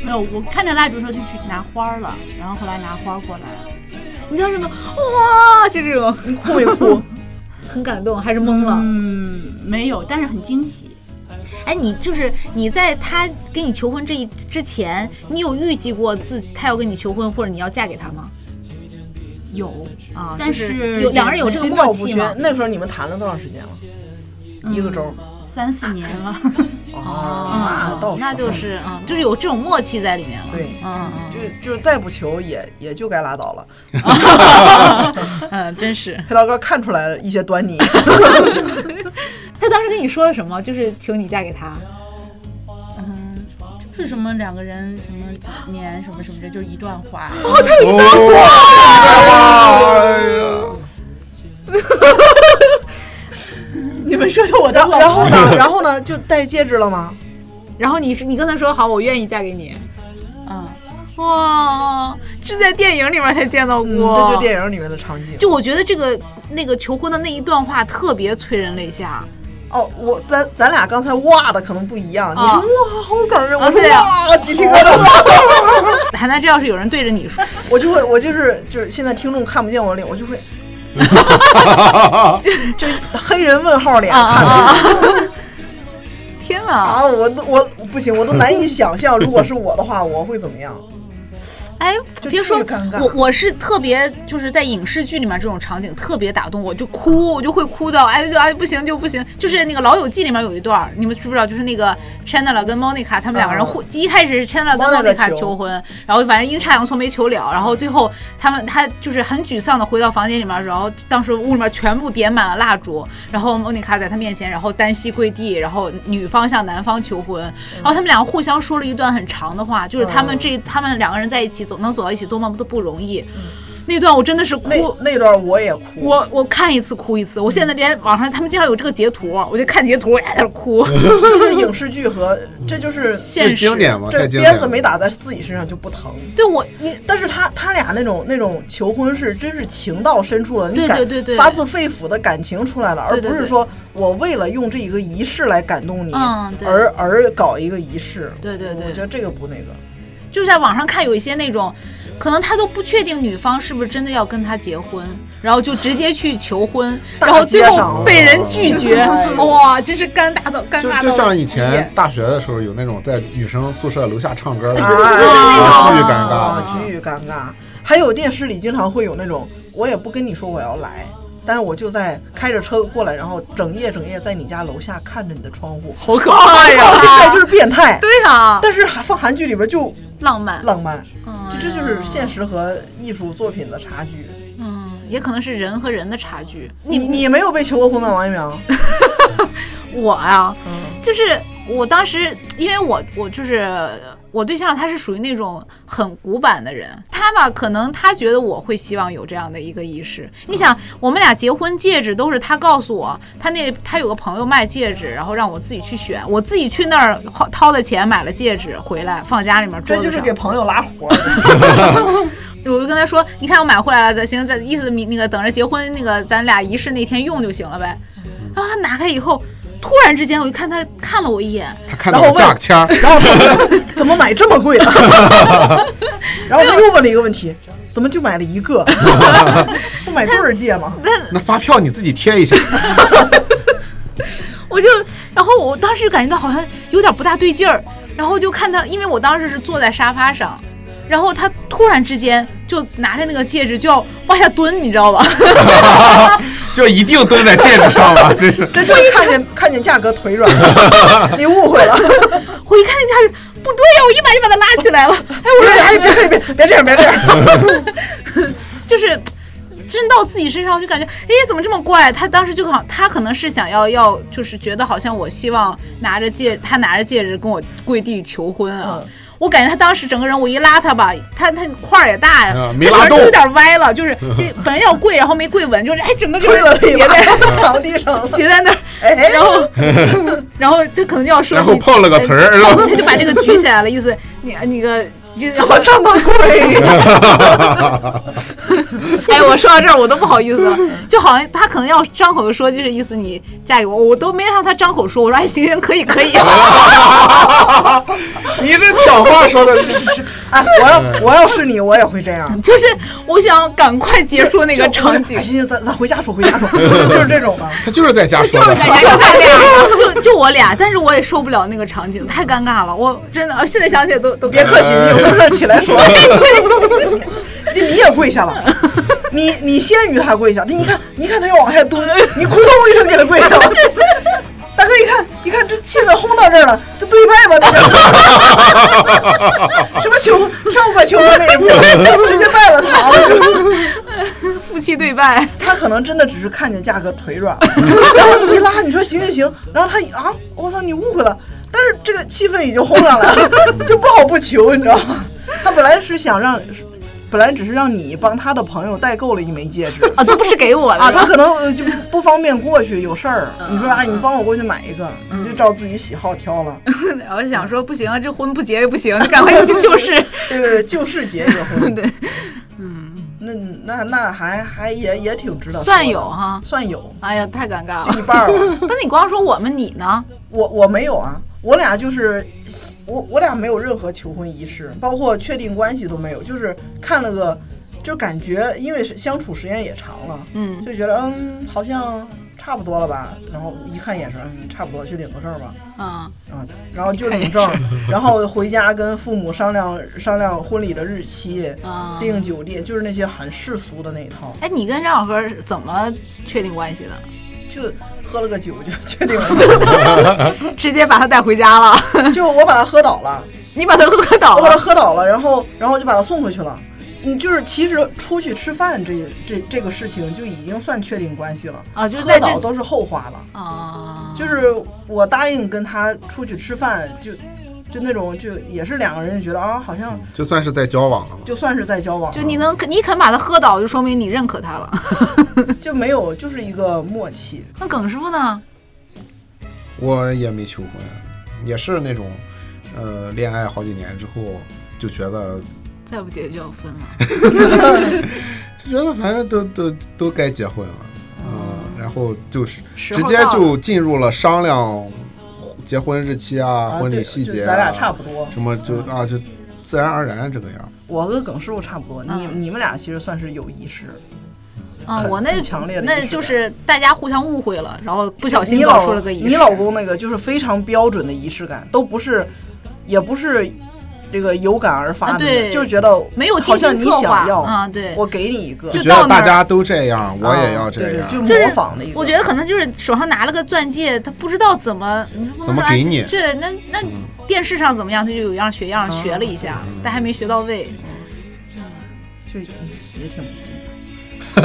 D: 没有，我看见蜡烛的时候就去拿花儿了，然后后来拿花儿过来了。
C: 你当时么？哇，就这种
A: 你哭没哭？
C: 很感动，还是懵了？
D: 嗯，没有，但是很惊喜。
C: 哎，你就是你在他跟你求婚这一之前，你有预计过自己他要跟你求婚，或者你要嫁给他吗？
D: 有，
C: 啊，
D: 但
C: 就是有两人有这个
A: 心照
C: 默
A: 不
C: 契
A: 宣
C: 吗。？嗯
A: 那时候你们谈了多长时间了？一个周。
D: 三四年了，
A: 啊，那倒
C: 嗯那
A: 是
C: 就是啊、嗯，就是有这种默契在里面了。
A: 对
C: 嗯嗯
A: 就就是再不求也也就该拉倒了。
C: 嗯，真是。
A: 黑老哥看出来了一些端 倪，
C: 他当时跟你说了什么？就是求你嫁给他。
D: 嗯，就是什么两个人什么几年什么什么的，就是一段话。
B: 哦，
D: 你们说的 我
A: 然
D: 都
A: 后然后呢， 然后呢就戴戒指了吗？
C: 然后你你跟他说好，我愿意嫁给你。
D: 嗯，
C: 哇，这在电影里面才见到过。
A: 这嗯就是电影里面的场景。
C: 嗯就我觉得这个那个求婚的那一段话特别催人泪下，
A: 哦，我咱咱俩刚才哇的可能不一样，你
C: 啊
A: 说哇好感人，我说
C: 对啊呀
A: 哇鸡皮疙 瘩，
C: 海南这要是有人对着你说，
A: 我就会我就是就是现在听众看不见我脸，我就 会就就黑人问号
C: 哦啊
A: 脸看着
C: 天哪！
A: 啊，我都我不行，我都难以想象，如果是我的话，我会怎么样？
C: 哎，哎，
A: 就
C: 别说
A: 巨尴尬
C: 我，我是特别就是在影视剧里面这种场景特别打动我，就哭，我就会哭到哎就哎不行就不行，就是那个《老友记》里面有一段儿，你们知不知道？就是那个 Chandler 跟 Monica 他们两个人
A: 啊
C: 互、一开始是 Chandler 跟
A: Monica
C: Monica
A: 求
C: 求婚，然后反正阴差阳错没求了，然后最后他们他就是很沮丧的回到房间里面，然后当时屋里面全部点满了蜡烛，然后莫妮卡在他面前，然后单膝跪地，然后女方向男方求婚，然后他们俩互相说了一段很长的话，就是他们这他们两个人在一起走能走到一起多么的不容易，那段我真的是
A: 那
C: 哭。
A: 那段我也哭，
C: 我我看一次哭一次，我现在连网上他们经常有这个截图，我就看截图，我也在那儿哭。
A: 嗯就是影视剧和这就是
C: 现实
B: 这经典嘛，
A: 这
B: 太经典
A: 鞭子
B: 了。
A: 没打在自己身上就不疼。
C: 对我你
A: 但是他他俩那种那种求婚是真是情到深处了，你
C: 对
A: 感
C: 对对对
A: 发自肺腑的感情出来了，而
C: 对对
A: 不是
C: 对
A: 说我为了用这一个仪式来感动你，
C: 嗯对
A: 而而搞一个仪式。
C: 对对对
A: 我觉得这个不那个。
C: 就是在网上看有一些那种，可能他都不确定女方是不是真的要跟他结婚，然后就直接去求婚，
A: 大
C: 然后最
A: 街
C: 后
A: 上
C: 被人拒绝
A: 哎，呦
D: 哦
C: 哇，真是尴尬到尴
B: 就
C: 尬到。
B: 就像以前大学的时候，有那种在女生宿舍楼下唱歌的，
A: 对对对对那
B: 啊
C: 种
B: 巨尴尬。
A: 啊，巨尴尬。还有电视里经常会有那种，我也不跟你说我要来，但是我就在开着车过来，然后整夜整夜在你家楼下看着你的窗户，
C: 好可啊怕
A: 这到现在就是变态。
C: 对啊，
A: 但是放韩剧里边就
C: 浪漫，
A: 浪漫，
C: 嗯
A: 这这就是现实和艺术作品的差距。
C: 嗯，也可能是人和人的差距。
A: 你你没有被求过婚吗，王一鸣？
C: 我啊，
A: 嗯
C: 就是我当时，因为我我就是呃我对象，他是属于那种很古板的人，他吧，可能他觉得我会希望有这样的一个仪式。你想，我们俩结婚戒指都是他告诉我，他那他有个朋友卖戒指，然后让我自己去选，我自己去那儿掏掏的钱买了戒指回来放家里面桌
A: 这
C: 子
A: 就是
C: 上
A: 给朋友拉活儿。
C: 我就跟他说，你看我买回来了，咱行，咱意思你那个等着结婚那个咱俩仪式那天用就行了呗。然后他拿开以后，突然之间我一看他看了我一眼，
B: 他看到了价 签儿，
A: 然后他问怎么买这么贵的？啊然后他又问了一个问题，怎么就买了一个？不买对儿戒吗？
B: 那发票你自己贴一下。
C: 我就，然后我当时感觉到好像有点不大对劲儿，然后就看他，因为我当时是坐在沙发上，然后他突然之间就拿着那个戒指就要往下蹲，你知道吧？
B: 就一定蹲在戒指上了，真是。
A: 这就是看见看见价格腿软，你误会了。
C: 我一看那个戒指不对呀、我一把就把他拉起来了。哎，我
A: 不是，
C: 说
A: 哎，别别别别这样，别这样。
C: 就是。真到自己身上，我就感觉，哎，怎么这么怪？他当时就好，他可能是想要要，就是觉得好像我希望拿着戒，他拿着戒指跟我跪地求婚啊。
A: 嗯
C: 我感觉他当时整个人，我一拉他吧，他他块儿也大呀，
B: 啊
C: 他
B: 没
C: 整
B: 拉
C: 个人就
B: 动
C: 有点歪 了，就是这本来要跪，然后没跪稳，就是哎，整个就
A: 推了
C: 是
A: 一
C: 斜
A: 把
C: 在，
A: 躺地上了。
C: 斜在那儿，
A: 哎，
C: 然后然后就可能就要说
B: 然后
C: 你哎
B: 碰了个瓷儿是吧
C: 他就把这个举起来了，意思你那个就
A: 怎么这么贵？
C: 哎，我说到这儿我都不好意思了，就好像他可能要张口说，就是意思你嫁给我，我都没让他张口说，我说哎行行可以可以，
B: 你这抢话说的，
A: 哎，我要我要是你，我也会这样。
C: 就是我想赶快结束那个场景
A: 哎，行行，咱咱回家说，回家说， 就就是这种的。
B: 他就是在家说
G: 就是
B: 的。
G: 在
C: 就
G: 家
C: 他俩，就就我俩，但是我也受不了那个场景，太尴尬了，我真的现在想起来都都
A: 别
C: 尴尬
A: 客气，你有事儿起来说。 你你也跪下了，你你先与他跪下，你看你看他要往下蹲，你扑通一声给他跪下了。 大哥一看一看这气氛轰到这儿了，就对拜吧，大哥。 什么求婚跳过求婚那一步，直接拜了堂了。
C: 夫妻对拜，
A: 他可能真的只是看见价格腿 软，然后你一拉，你说行行行，然后他一啊，我操，你误会了。但是这个气氛已经轰上来了， 就不好不求，你知道吗？他本来是想让，本来只是让你帮他的朋友代购了一枚戒 指
C: 啊都不是给我的
A: 啊，他可能呃就不方便过去，有事儿。
C: 嗯
A: 你说哎，你帮我过去买一个，你就照自己喜好挑了。
C: 然后想说不行啊，这婚不结也不行，赶快就就是。
A: 对对对，就是结结婚。对，嗯，那那那还还也也挺值得说的，
C: 算有啊哈
A: 算有
C: 哎呀，太尴尬
A: 一
C: 了！
A: 半儿了。
C: 不是你光说我们，你呢？
A: 我我没有啊，我俩就是我我俩没有任何求婚仪式，包括确定关系都没有，就是看了个，就感觉因为是相处时间也长了，
C: 嗯
A: 就觉得嗯好像。差不多了吧？然后一看眼神，嗯，差不多，去领个证吧。
C: 嗯，
A: 啊，然后就领证，然后回家跟父母商量商量婚礼的日期，
C: 啊
A: 订酒店，就是那些很世俗的那一套，
C: 哎，你跟张小河是怎么确定关系的？
A: 就喝了个酒就确定了，
C: 直接把他带回家了，
A: 就我把他喝倒了，
C: 你把他喝倒
A: 我把他
C: 了。
A: 喝倒了，然后然后就把他送回去了。嗯，就是其实出去吃饭这这这个事情就已经算确定关系了
C: 啊就是在
A: 喝
C: 这
A: 倒都是后话了。
C: 啊，
A: 就是我答应跟他出去吃饭，就就那种就也是两个人就觉得啊，好像
B: 就算是在交往了嘛。
A: 就算是在交往了，
C: 就你能你肯把他喝倒，就说明你认可他了。
A: 就没有就是一个默契。
C: 那耿师傅呢？
B: 我也没求婚，也是那种，呃，恋爱好几年之后就觉得
C: 再不结就要分了。
B: 就觉得反正都都都该结婚了，嗯，然后就是
C: 时
B: 直
C: 候
B: 接
C: 到了
B: 就进入了商量结婚日期啊、婚礼
A: 对
B: 细
A: 就
B: 节、啊，
A: 咱俩差不多。
B: 什么就啊就自然而然这个样。
A: 我跟耿师傅差不多，你
C: 嗯
A: 你们俩其实算是有仪式。
C: 啊，
A: 很
C: 我那
A: 很强烈的
C: 那
A: 仪式
C: 就
A: 感
C: 是大家互相误会了，然后不小心
A: 你
C: 搞
A: 老
C: 出了个仪式。
A: 你老公那个就是非常标准的仪式感，都不是，也不是这个有感而发
C: 啊
A: 的，
C: 对
A: 就觉得
C: 没有
A: 好
C: 精
A: 像
C: 心
A: 你
C: 策划
A: 想要，
C: 啊，对。
A: 我给你一个，
C: 就
B: 觉得
C: 到那
B: 大
C: 儿
B: 家都这样，我也要
A: 啊
B: 这样。
A: 对对，
C: 就
A: 就是模仿的一个。
C: 我觉得可能就是手上拿了个钻戒，他不知道怎么你不能
B: 怎么
C: 说
B: 给
C: 哎
B: 你嗯
C: 对，那那电视上怎么样，他就有样学样，学了一下，但还没学到位。
A: 就也挺没劲的。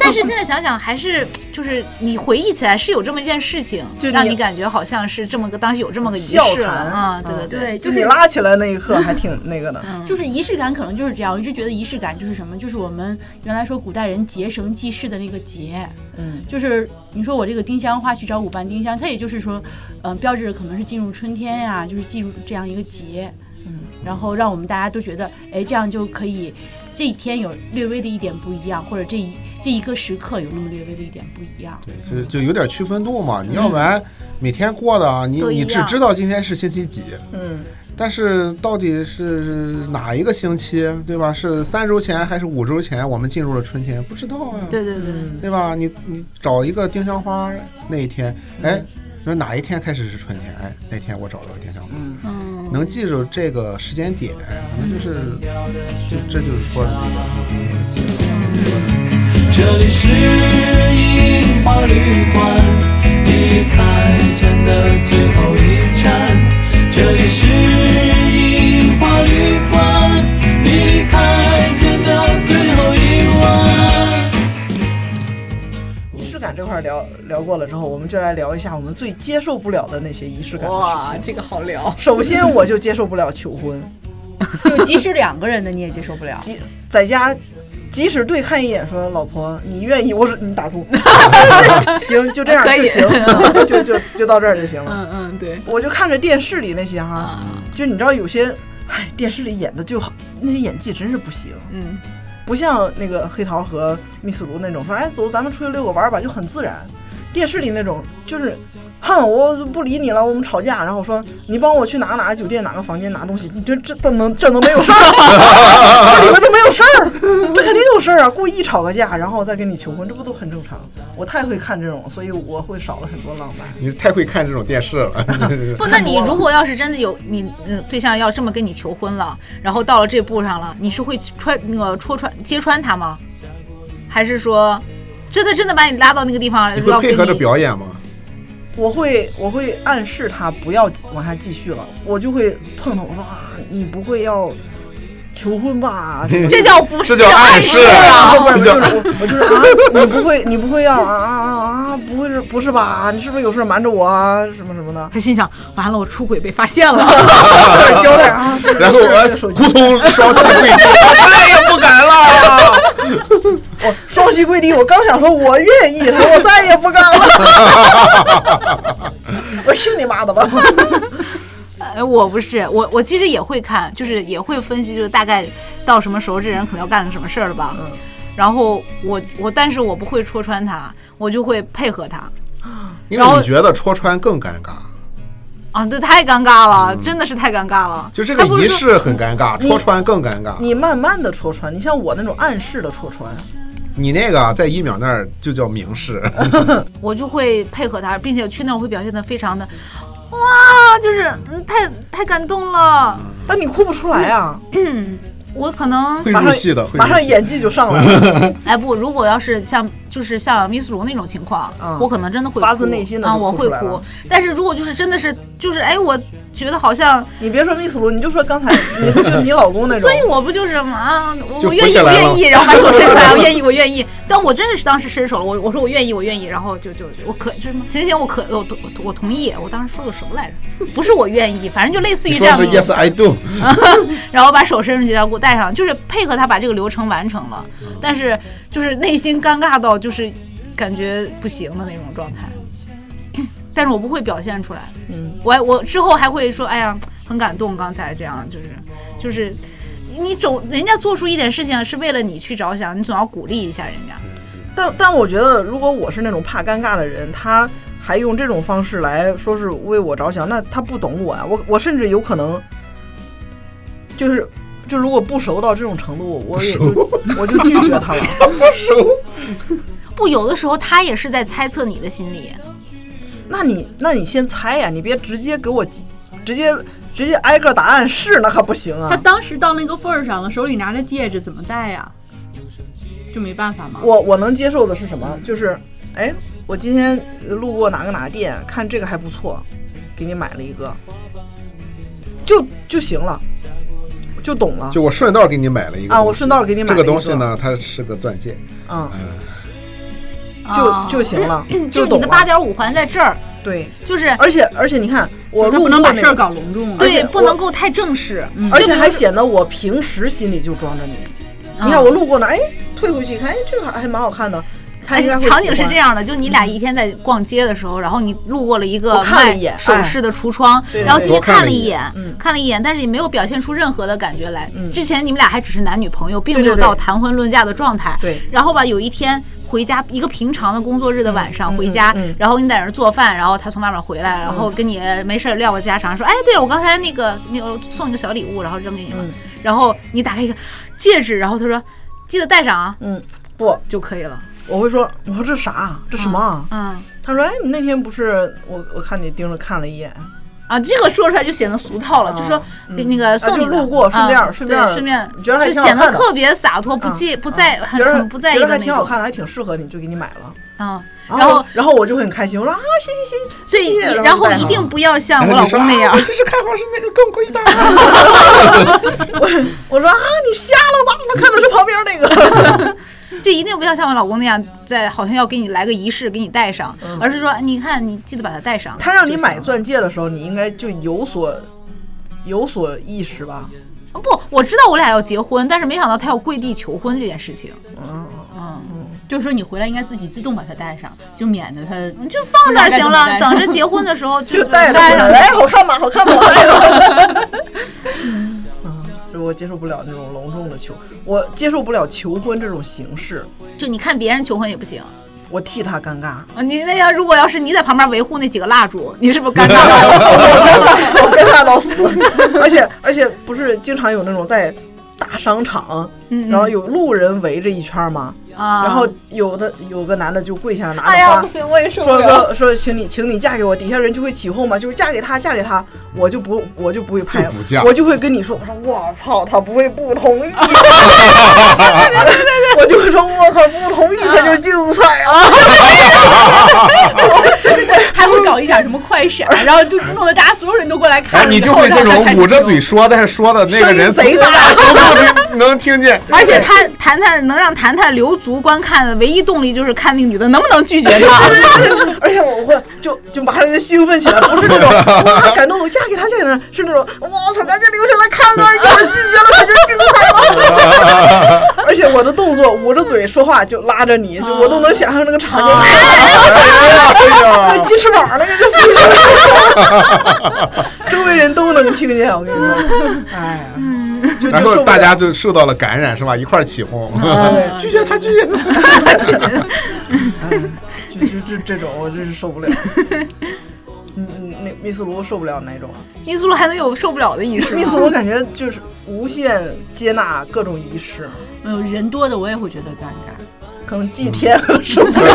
C: 但是现在想想，还是就是你回忆起来是有这么一件事情，
A: 就
C: 让
A: 你
C: 你感觉好像是这么个当时有这么个仪
A: 笑
C: 式了
A: 谈
C: 啊，对对
A: 嗯
C: 对，
D: 对，
A: 就
D: 就是
A: 你拉起来那一刻还挺那个的，
C: 嗯
D: 就是仪式感可能就是这样，我一直觉得仪式感就是什么，就是我们原来说古代人结绳记事的那个结，
A: 嗯，
D: 就是你说我这个丁香花去找五瓣丁香，它也就是说，嗯、标志着可能是进入春天呀、就是进入这样一个节，嗯，然后让我们大家都觉得，哎，这样就可以这一天有略微的一点不一样，或者这一这一个时刻有那么略微的一点不一样，
B: 对，就就有点区分度嘛。你要不然每天过的啊，你
C: 都一
B: 你
C: 样
B: 只知道今天是星期几，
A: 嗯，
B: 但是到底是哪一个星期，对吧？是三周前还是五周前我们进入了春天？不知道啊，
C: 对对对，
A: 嗯
B: 对吧？你你找一个丁香花那一天，哎，说哪一天开始是春天？哎，那天我找了个丁香花，
C: 嗯，
B: 能记住这个时间点，可能就是就这就是说的那个记住。
E: 这里是樱花旅馆，离开前的最后一站。这里是樱花旅馆，你离开前的最后一晚。
A: 仪式感这块儿聊聊过了之后，我们就来聊一下我们最接受不了的那些仪式感的事
C: 哇
A: 情。，
C: 这个好聊。
A: 首先，我就接受不了求婚，，
D: 就即使两个人的你也接受不了
A: 即在家，即使对看一眼说“老婆，你愿意”，我说你打住， 行，就这样
C: 可以
A: 就行， 啊就就就到这儿就行了。
C: 嗯嗯，对，啊
A: 我就看着电视里那些哈，就你知道有些，哎，电视里演的就好，那些演技真是不行，
C: 嗯，
A: 不像那个黑桃和密斯卢那种说，哎，走，咱们出去遛个弯儿吧，就很自然。电视里那种就是，哼，我不理你了，我们吵架，然后说你帮我去哪个哪个酒店哪个房间拿东西，你这这这能这能没有事
B: 啊
A: 儿？这里面都没有事儿，这肯定有事儿啊！故意吵个架，然后再跟你求婚，这不都很正常？我太会看这种，所以我会少了很多浪漫。
B: 你太会看这种电视了，
C: 不，那你如果要是真的有你嗯对象要这么跟你求婚了，然后到了这步上了，你是会穿那个戳穿揭穿他吗？还是说真的真的把你拉到那个地方，
B: 你
C: 要
B: 会
C: 给
B: 配合着
C: 你
B: 表演吗？
A: 我会我会暗示他不要往下继续了，我就会碰他，我说啊，你不会要求婚 吧？
C: 这叫不
B: 这
C: 这
B: 叫暗示
C: 啊！
A: 不是不
B: 这
A: 是，
B: 叫
A: 就是我我就是啊，你不会你不会要啊啊啊啊，不会是不是吧？你是不是有事瞒着我啊？什么什么的，
C: 他心想，完了，我出轨被发现 了。
A: 开始交代啊。是不是
B: 然后
A: 是不是
B: 我
A: 这个手机
B: 扑通双膝跪地，我再也不敢了。
A: 我双膝跪地，我刚想说我愿意，他说我再也不干了。我去你妈的吧！
C: 哎，我不是，我我其实也会看，就是也会分析，就是大概到什么时候这人可能要干个什么事儿了吧。
A: 嗯
C: 然后我我，但是我不会戳穿他，我就会配合他。
B: 因为你觉得戳穿更尴尬，
C: 啊，对，太尴尬了，
A: 嗯
C: 真的是太尴尬了。
B: 就这个
C: 还不如
B: 仪
C: 说，
B: 式很尴尬，戳穿更尴尬。
A: 你慢慢的戳穿，你像我那种暗示的戳穿，
B: 你那个在一秒那儿就叫明示，
C: 我就会配合他，并且去那儿我会表现的非常的，哇，就是嗯太太感动了，
A: 但你哭不出来啊，
C: 我可能
B: 会入戏的，会
A: 马
B: 入
A: 上
B: 戏。
A: 演技就上来了，
C: 哎不，如果要是像就是像 Miss 卢那种情况，
A: 嗯
C: 我可能真的会
A: 发自
C: 哭
A: 内心地
C: 啊，
A: 就
C: 我
A: 哭
C: 会
A: 出来
C: 哭
A: 了。
C: 但是如果就是真的是就是哎，我觉得好像，
A: 你别说 Miss 卢，你就说刚才你就你老公那种
C: 所以，我不就是嘛啊，我
B: 就扶
C: 我愿意，
B: 起
C: 我
B: 来了
C: 愿意，然后把手伸出 来，我愿意，我愿意。但我真的是当时伸手了，我我说我愿意，我愿意，然后就就就我可就是行行，我可我同我我同意，我当时说的什么来着？ 不是我愿意，反正就类似于
B: 你
C: 这
B: 说
C: 样的
B: 是
C: 一个
B: Yes I do，
C: 然后把手伸出去，他给我戴上，就是配合他把这个流程完成了。
A: 嗯
C: 但是就是内心尴尬到就是感觉不行的那种状态，但是我不会表现出来。
A: 嗯，
C: 我还我之后还会说，哎呀，很感动，刚才这样就是就是。你总人家做出一点事情是为了你去着想，你总要鼓励一下人家。
A: 但但我觉得如果我是那种怕尴尬的人，他还用这种方式来说是为我着想，那他不懂我呀、啊我我甚至有可能就是。就如果不熟到这种程度，我也就我就拒绝他了。
C: 不，有的时候他也是在猜测你的心理。
A: 那你那你先猜呀、你别直接给我急直接直接挨个答案是，那可不行
G: 他
A: 啊！
G: 当时到那个份儿上了，手里拿着戒指怎么戴呀？这没办法嘛。
A: 我我能接受的是什么？就是，哎，我今天路过哪个哪个店，看这个还不错，给你买了一个，就就行了，就懂了。
B: 就我顺道给你买了一个
A: 啊
B: 东西
A: 我顺道给你买
B: 这
A: 了一个
B: 个东西呢，它是个钻戒，
A: 嗯，
C: 啊
A: 就就行了，
C: 就
A: 就是
C: 你
A: 懂
C: 的
A: 了。
C: 八点五环在这儿，
A: 对，
C: 就是
A: 而且而且你看，我
G: 他
A: 路
G: 不
A: 过
G: 能把
A: 那
G: 事儿
A: 个，
G: 搞隆重啊。
A: 而且
C: 对，不
A: 我
C: 能够太正式。嗯，
A: 而且还显得我平时心里就装着你。
C: 啊
A: 你
C: 嗯
A: 看我路过那儿，哎，退回去一看，哎，这个还还蛮好看的，他
C: 哎
A: 应该，会
C: 场景
A: 喜
C: 是
A: 欢
C: 这。样的，就你俩一天在逛街的时候，然后你路过了一个
A: 我看了
C: 卖
A: 一眼
C: 首饰的橱窗，
A: 对
C: 然后进去
B: 我看
C: 看
B: 了
C: 了
B: 一
C: 一
B: 眼
C: 眼，看了一眼，但是也没有表现出任何的感觉来。
A: 嗯
C: 之前你们俩还只是男女朋友，并
A: 对
C: 没有
A: 对
C: 到
A: 对
C: 谈婚论嫁的状态。
A: 对
C: 然后吧，有一天。回家一个平常的工作日的晚上
A: 嗯
C: 回家，
A: 嗯嗯嗯
C: 然后你在那儿做饭，然后他从外面回来，然后跟你没事儿撂个家常，说哎，对了，我刚才那个那个送你个小礼物，然后扔给你了，
A: 嗯
C: 然后你打开一个戒指，然后他说记得戴上啊
A: 嗯，不，
C: 就可以了。
A: 我会说，我说这啥？这什么啊？
C: 嗯，
A: 他说，哎，你那天不是我我看你盯着看了一眼，
C: 啊，这个说出来就显得俗套了，
A: 啊
C: 就说
A: 嗯
C: 给那个送你
A: 啊
C: 的、
A: 就路过顺便
C: 啊
A: 顺便
C: 对顺便，
A: 你觉得还
C: 就
A: 挺好
C: 显
A: 看
C: 得
A: 的
C: 特别洒脱，不介、
A: 啊
C: 不在、
A: 觉
C: 很
A: 得
C: 很不在意
A: 觉
C: 的
A: 得
C: 那
A: 还
C: 种
A: 挺好看的，还挺适合你，就给你买了。
C: 啊。
A: 然
C: 然后
A: 然后我就会很开心，我说啊，谢谢谢谢，
C: 对
A: 谢啊谢，
C: 然
A: 就
C: 后
A: 戴
C: 一
A: 上
C: 定不要像
B: 然
C: 我
B: 后
C: 老
B: 你说
C: 公那
B: 啊
C: 样
B: 我，其实看好是那个更贵的，
A: 我说啊，你瞎了吧？我看的是旁边那个。
C: 就一定不要像我老公那样，在好像要给你来个仪式给你戴上，而是说你看你记得把它戴上。
A: 嗯他让你
C: 就行
A: 买
C: 了
A: 钻戒的时候，你应该就有所有所意识吧？
C: 不？我知道我俩要结婚，但是没想到他要跪地求婚这件事情，
G: 就是说你回来应该自己自动把它戴上，就免得
D: 嗯
G: 它
C: 就放那儿行了，
G: 不知道该怎么戴
C: 等着结婚的时候
A: 就
C: 就
A: 戴着
C: 戴
A: 回
C: 上
A: 来，哎，好看吗？好看吗？我戴上。 嗯，就我接受不了那种隆重的求，我接受不了求婚这种形式，
C: 就你看别人求婚也不行。
A: 我替他尴尬。
C: 啊，你那要如果要是你在旁边维护那几个蜡烛，你是不是尴 尬了？
A: 我尴尬到死。 而且而且不是经常有那种在大商场，然后有路人围着一圈嘛，
C: 嗯啊，
A: 然后有的有个男的就跪下来拿着花。
C: 哎呀，不行，我也受不
A: 说
C: 了。
A: 说说，请你，请你嫁给我，底下人就会起哄嘛，就是嫁给他，嫁给他，我就不，我就不会拍，
B: 就不嫁
A: 我就会跟你说，我说我操，他不会不同 意， 我就会说，我靠，不同意他就竞啊彩了，
D: 还会搞一点什么快闪，啊然后就弄得大家所有人都过来看
B: 哎，
D: 了
B: 你
D: 以
B: 就
D: 后。
B: 会这
D: 大家
B: 种
D: 才开始
B: 捂着嘴说，但是说的那个人
A: 声音贼大
B: 从头能能听 见，
C: 而且他谈谈能让谈谈留足观看的唯一动力就是看那个女的能不能拒绝他。
A: 而且我会就就马上就兴奋起来，不是那种哇感动，我嫁给他，嫁给他，是那种哇操，赶紧留下来看啊，有人拒绝了他就竞彩了，而且我的动作捂着嘴说话就拉着你，就我都能想象那个场景，
B: 哎
A: 那
B: 呀，
A: 鸡翅膀那 个就飞起来了，周围人都能听见。我跟你说，哎呀，就
B: 然
A: 就受不
B: 后大
A: 了嗯
B: 家就受到了感染，是吧？一块儿起哄，
A: 对
B: 拒绝他，拒绝他。
A: 就就这这种，我真是受不了。嗯嗯，那密斯卢受不了哪种？
C: 密苏鲁还能有受不了的意识
A: 密斯
C: 吗？
A: 卢感觉就是无限接纳各种仪式，
G: 没有人多的，我也会觉得尴尬。
A: 可能祭天 可能受不了。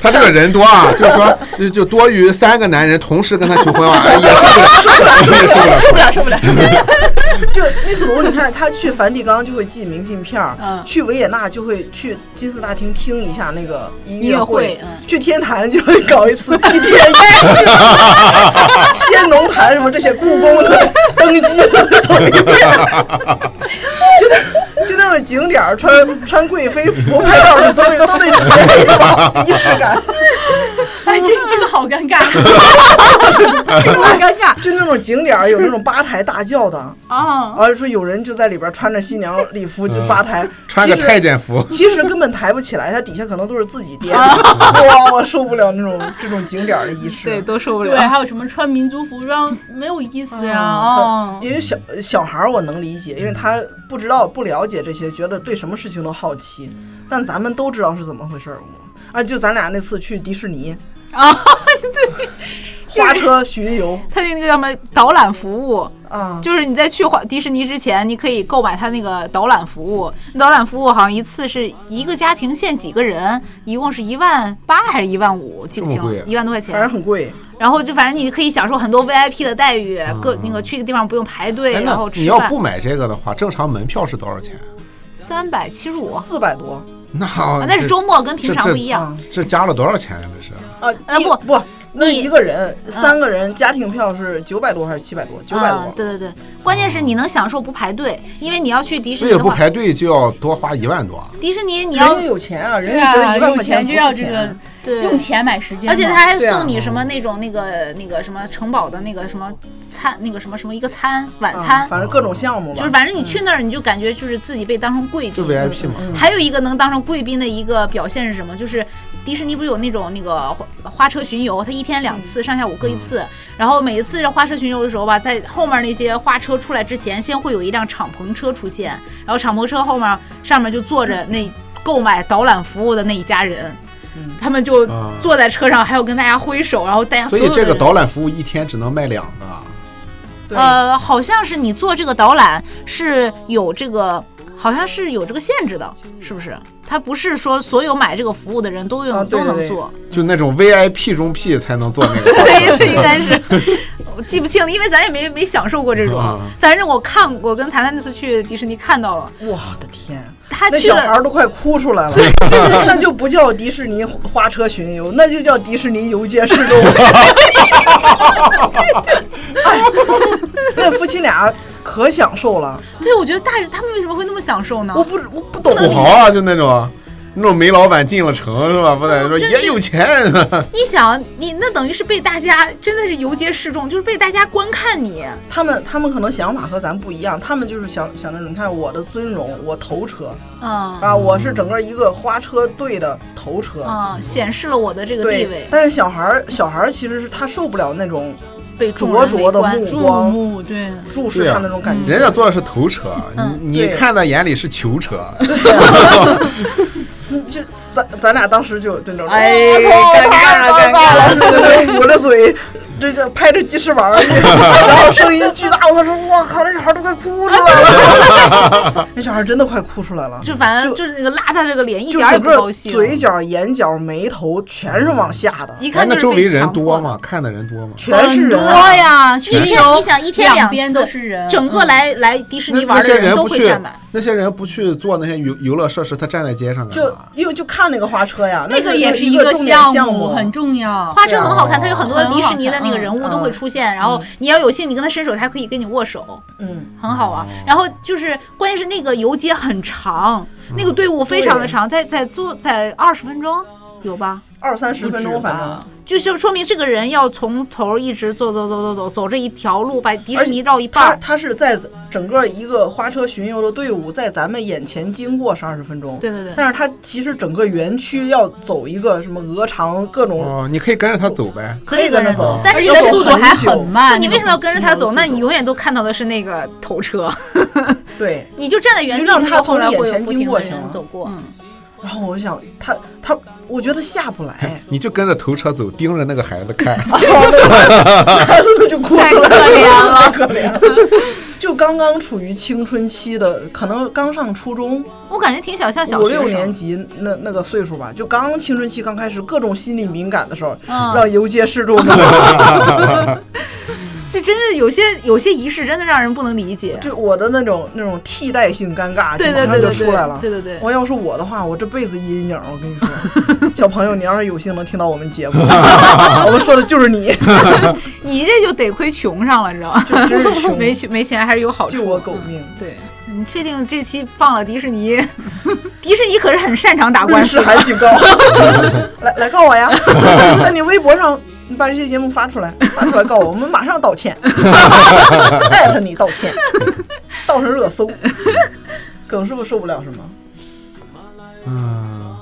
B: 他这个人多啊， 就是说就就多于三个男人同时跟他求 婚啊，哎也受不了，受不了，受不了，受不了。
D: 受不了，受不了。
A: 就那次罗，你看他去梵蒂冈就会寄明信片儿，
C: 嗯
A: 去维也纳就会去金色大厅听一下那个音
C: 音乐
A: 会，
C: 会嗯
A: 去天坛就会搞一 次祭天仪，先农坛什么这些故宫的登基的走一遍，就那就那种景点儿穿穿贵妃服拍照的都得都得体验一把仪式感。
D: 哎，这这个好尴尬，
A: 好尴尬， 就那种景点儿有那种吧台大叫的，
G: 啊，
A: 而是说有人就在里边穿着新娘礼服就吧台，
B: 嗯 穿着
A: 其实
B: 太监服，
A: 其实根本抬不起来，它底下可能都是自己垫的。哇，我受不了那种这种景点儿的仪式。
G: 对，都受不
D: 对，
A: 啊
G: 了。
D: 还有什么穿民族服装没有意思呀？
A: 嗯
D: 哦，
A: 因为小小孩儿我能理解，因为他不知道、不了解这些，觉得对什么事情都好奇。但咱们都知道是怎么回事儿，我啊，就咱俩那次去迪士尼
C: 啊，
A: 对，花车巡游
C: 它那个叫什么导览服务，
A: 啊，
C: 就是你在去华迪士尼之前，你可以购买它那个导览服务。导览服务好像一次是一个家庭限几个人，一共是一万八还是一万五，记不
B: 这么
C: 清了
B: 贵啊，
C: 一万多块
A: 反正
C: 钱。
A: 很贵。
C: 然后就反正你可以享受很多 VIP 的待遇，各那个去一个地方不用排
B: 嗯哎，
C: 队，然
B: 那
C: 后
B: 你
C: 吃
B: 要
C: 饭
B: 不买这个的话，正常门票是多少钱？
C: 三百七十五，啊
A: 四百多
B: 那
C: 哦那是
B: 嗯这
C: 周末跟平
B: 这嗯
C: 常
B: 这
C: 不一样。
B: 这加了多少钱呀？这是
A: 啊！
C: 呃
A: 一
C: 不
A: 不，那
C: 你
A: 一个人三个人家庭票是九百多还是七百多？九百
C: 嗯
A: 多。
C: 对对对，关键是你能享受不排队，因为你要去迪士尼
B: 为了
C: 的
B: 不
C: 话，
B: 排队就要多花一万多，啊
C: 迪士尼你
A: 人
C: 要
A: 家有钱啊，人
D: 对
A: 家觉得
D: 啊，
A: 一万
D: 有
A: 块钱
D: 钱
A: 不
D: 就是要这
A: 钱
D: 个
A: 啊
C: 对
D: 用钱买时间嘛，
C: 而且他还
A: 对啊
C: 送你什么那种那个那个什么城堡的那个什么餐那个什么什么一个餐
B: 啊
C: 晚餐，
A: 啊反正各种项目吧，
C: 就是反正你去那儿你就感觉就是自己被当成贵
B: 嗯就
C: 宾。
B: VIP 嘛。
C: 还有一个能当成贵宾的一个表现是什么？就是迪士尼不是有那种那个花花车巡游，它一天两次，上下午各一次。然后每一次这花车巡游的时候吧，在后面那些花车出来之前，先会有一辆敞篷车出现，然后敞篷车后面上面就坐着那购买导览服务的那一家人。他们就
B: 啊
C: 坐在车上，还要跟大家挥手，然后大家
B: 所以
C: 有的
B: 这个
C: 人
B: 导览服务一天只能卖两个，啊
A: 对
C: 呃，好像是你做这个导览是有这个，好像是有这个限制的，是不是？它不是说所有买这个服务的人都有、
A: 啊对
C: 都
A: 对
C: 能
A: 对
C: 做，
B: 就那种 VIP 中 P 才能做那 个。
C: 对，这应该是 我记不清了，因为咱也没没享受过这种。
B: 啊
C: 反正我看我跟谈谈那次去迪士尼看到了，
A: 哇我的天，
C: 他
A: 那
C: 去
A: 小孩
C: 了
A: 儿都快哭出来了，那就不叫迪士尼花车巡游，那就叫迪士尼游街示 众。哎那夫妻俩可享受了，
C: 对我觉得大人他们为什么会那么享受呢？
A: 我不我不懂，
B: 土豪啊，就那种那种煤老板进了城是吧？不得说
C: 真
B: 也有钱，
C: 你想，你那等于是被大家真的是游街示众，就是被大家观看你。
A: 他们他们可能想法和咱不一样，他们就是想想那种，你看我的尊荣，我头车
C: 嗯
A: 啊，我是整个一个花车队的头车。
C: 嗯，显示了我的这个地
A: 对
C: 位，，
A: 但是小孩儿，小孩儿其实是他受不了那种
C: 被众
A: 灼
C: 人围
A: 灼的
C: 观。
A: 目
D: 注
A: 光，
D: 目对。
A: 注视他那种
C: 嗯
A: 感觉。
B: 人家坐的是头车，你你
A: 对
B: 看在眼里是囚车，
A: 就咱咱俩当时就就那种，
C: 嗯哎
A: 我操，
C: 尴尬
A: 太尴
C: 尴
A: 尬了，对对对，我这嘴这这拍着鸡翅膀， 然后声音巨大，我说我靠，那小孩都快哭出来 了，那小孩真的快哭出来了，
C: 就反正
A: 就
C: 就是那个拉他这个脸，一
A: 就
C: 点儿也
A: 整
C: 不
A: 个
C: 高兴。嗯
A: 嘴角、眼角、眉头全是往下的，
C: 一
B: 哎，
C: 看
B: 那
C: 就是
B: 周围
C: 被
B: 人
C: 强
B: 多
C: 迫
B: 吗？看的人多吗？
A: 全是
D: 很
A: 人
D: 多
A: 啊。
D: 呀，
C: 的？一
D: 巡
C: 天
D: 游
C: 你想一天
D: 两
C: 两
D: 边
C: 次
D: 都是人，
C: 整个来来迪士
B: 那
C: 尼
B: 那
C: 玩
B: 些
C: 的
B: 人
C: 都
B: 不
C: 会
B: 去
C: 站满。，
B: 那些人不去做那些游游乐设施，他站在街上干
A: 就
B: 嘛？
A: 因为就看那个花车呀，
D: 那
A: 个
D: 也
A: 是
D: 是
A: 个
D: 个
A: 重点项
D: 目，很重要。
C: 花车很好看，
B: 哦
C: 它有很多迪士尼的那个人物都会出现，然后你要有幸，你跟他伸手，他还可以跟你握手，
A: 嗯，
C: 很好玩。然后就是关键是那个游街很长，
B: 嗯
C: 那个队伍非常的长，在在坐在二十分钟有吧？
A: 二三十分钟反正。
C: 就是说明这个人要从头一直走走走走走走这一条路，把迪士尼
A: 而
C: 绕一半
A: 他
C: 儿。
A: 他是在整个一个花车巡游的队伍在咱们眼前经过是二十分钟，
C: 对对对
A: 但是他其实整个园区要走一个什么鹅肠各种，
B: 哦，你可以跟着他走呗。，
C: 可以跟着走，但
D: 但
C: 是
D: 是
C: 你
D: 你
A: 而且
C: 的
D: 的
C: 速度
D: 速度
A: 走很
C: 还
D: 还
A: 久
D: 很
C: 慢，
D: 慢，
C: 啊你为什么要跟着他走？
A: 那
C: 那
A: 个
C: 你永远都看到的是那个头车，
A: 对。
C: 你就站在原地，
A: 就让
C: 那
A: 他
C: 个后
A: 从
C: 来
A: 你眼
C: 会有
A: 前
C: 不
A: 经
C: 停
A: 过
C: 的
A: 行了
C: 人走过。
A: 然后我就想他他，我觉得下不来
B: 你就跟着头车走，盯着那个孩子 看。
A: 孩子就哭出来了，太可怜了。就刚刚处于青春期的，可能刚上初中，
C: 我感觉挺小，像小
A: 五
C: 学
A: 六
C: 生
A: 年级那那个岁数吧，就刚青春期刚开始，各种心理敏感的时候，
C: 嗯
A: 让游街示众的，
C: 这真是有些有些仪式真的让人不能理解。
A: 就我的那种那种替代性尴尬，就
C: 对对
A: 马上
C: 对
A: 就
C: 对
A: 出来了
C: 对，。对对对。
A: 我要是我的话，我这辈子阴影，我跟你 说，小朋友，你要是有幸能听到我们节目，我们说的就是 你，
C: 你这就得亏穷上了，你知道吗？
A: 就真 是穷
C: 没钱没钱还是有好处。
A: 救我狗命。
C: 对，你确定这期放了迪士 尼？迪士尼可是很擅长打
A: 律
C: 官司
A: 师
C: 的，
A: 函警告，来来告我呀，在你微博上。你把这些节目发出来，发出来告我，我们马上道歉，艾特你道歉，道上热搜。耿师傅受不了是吗？
B: 嗯，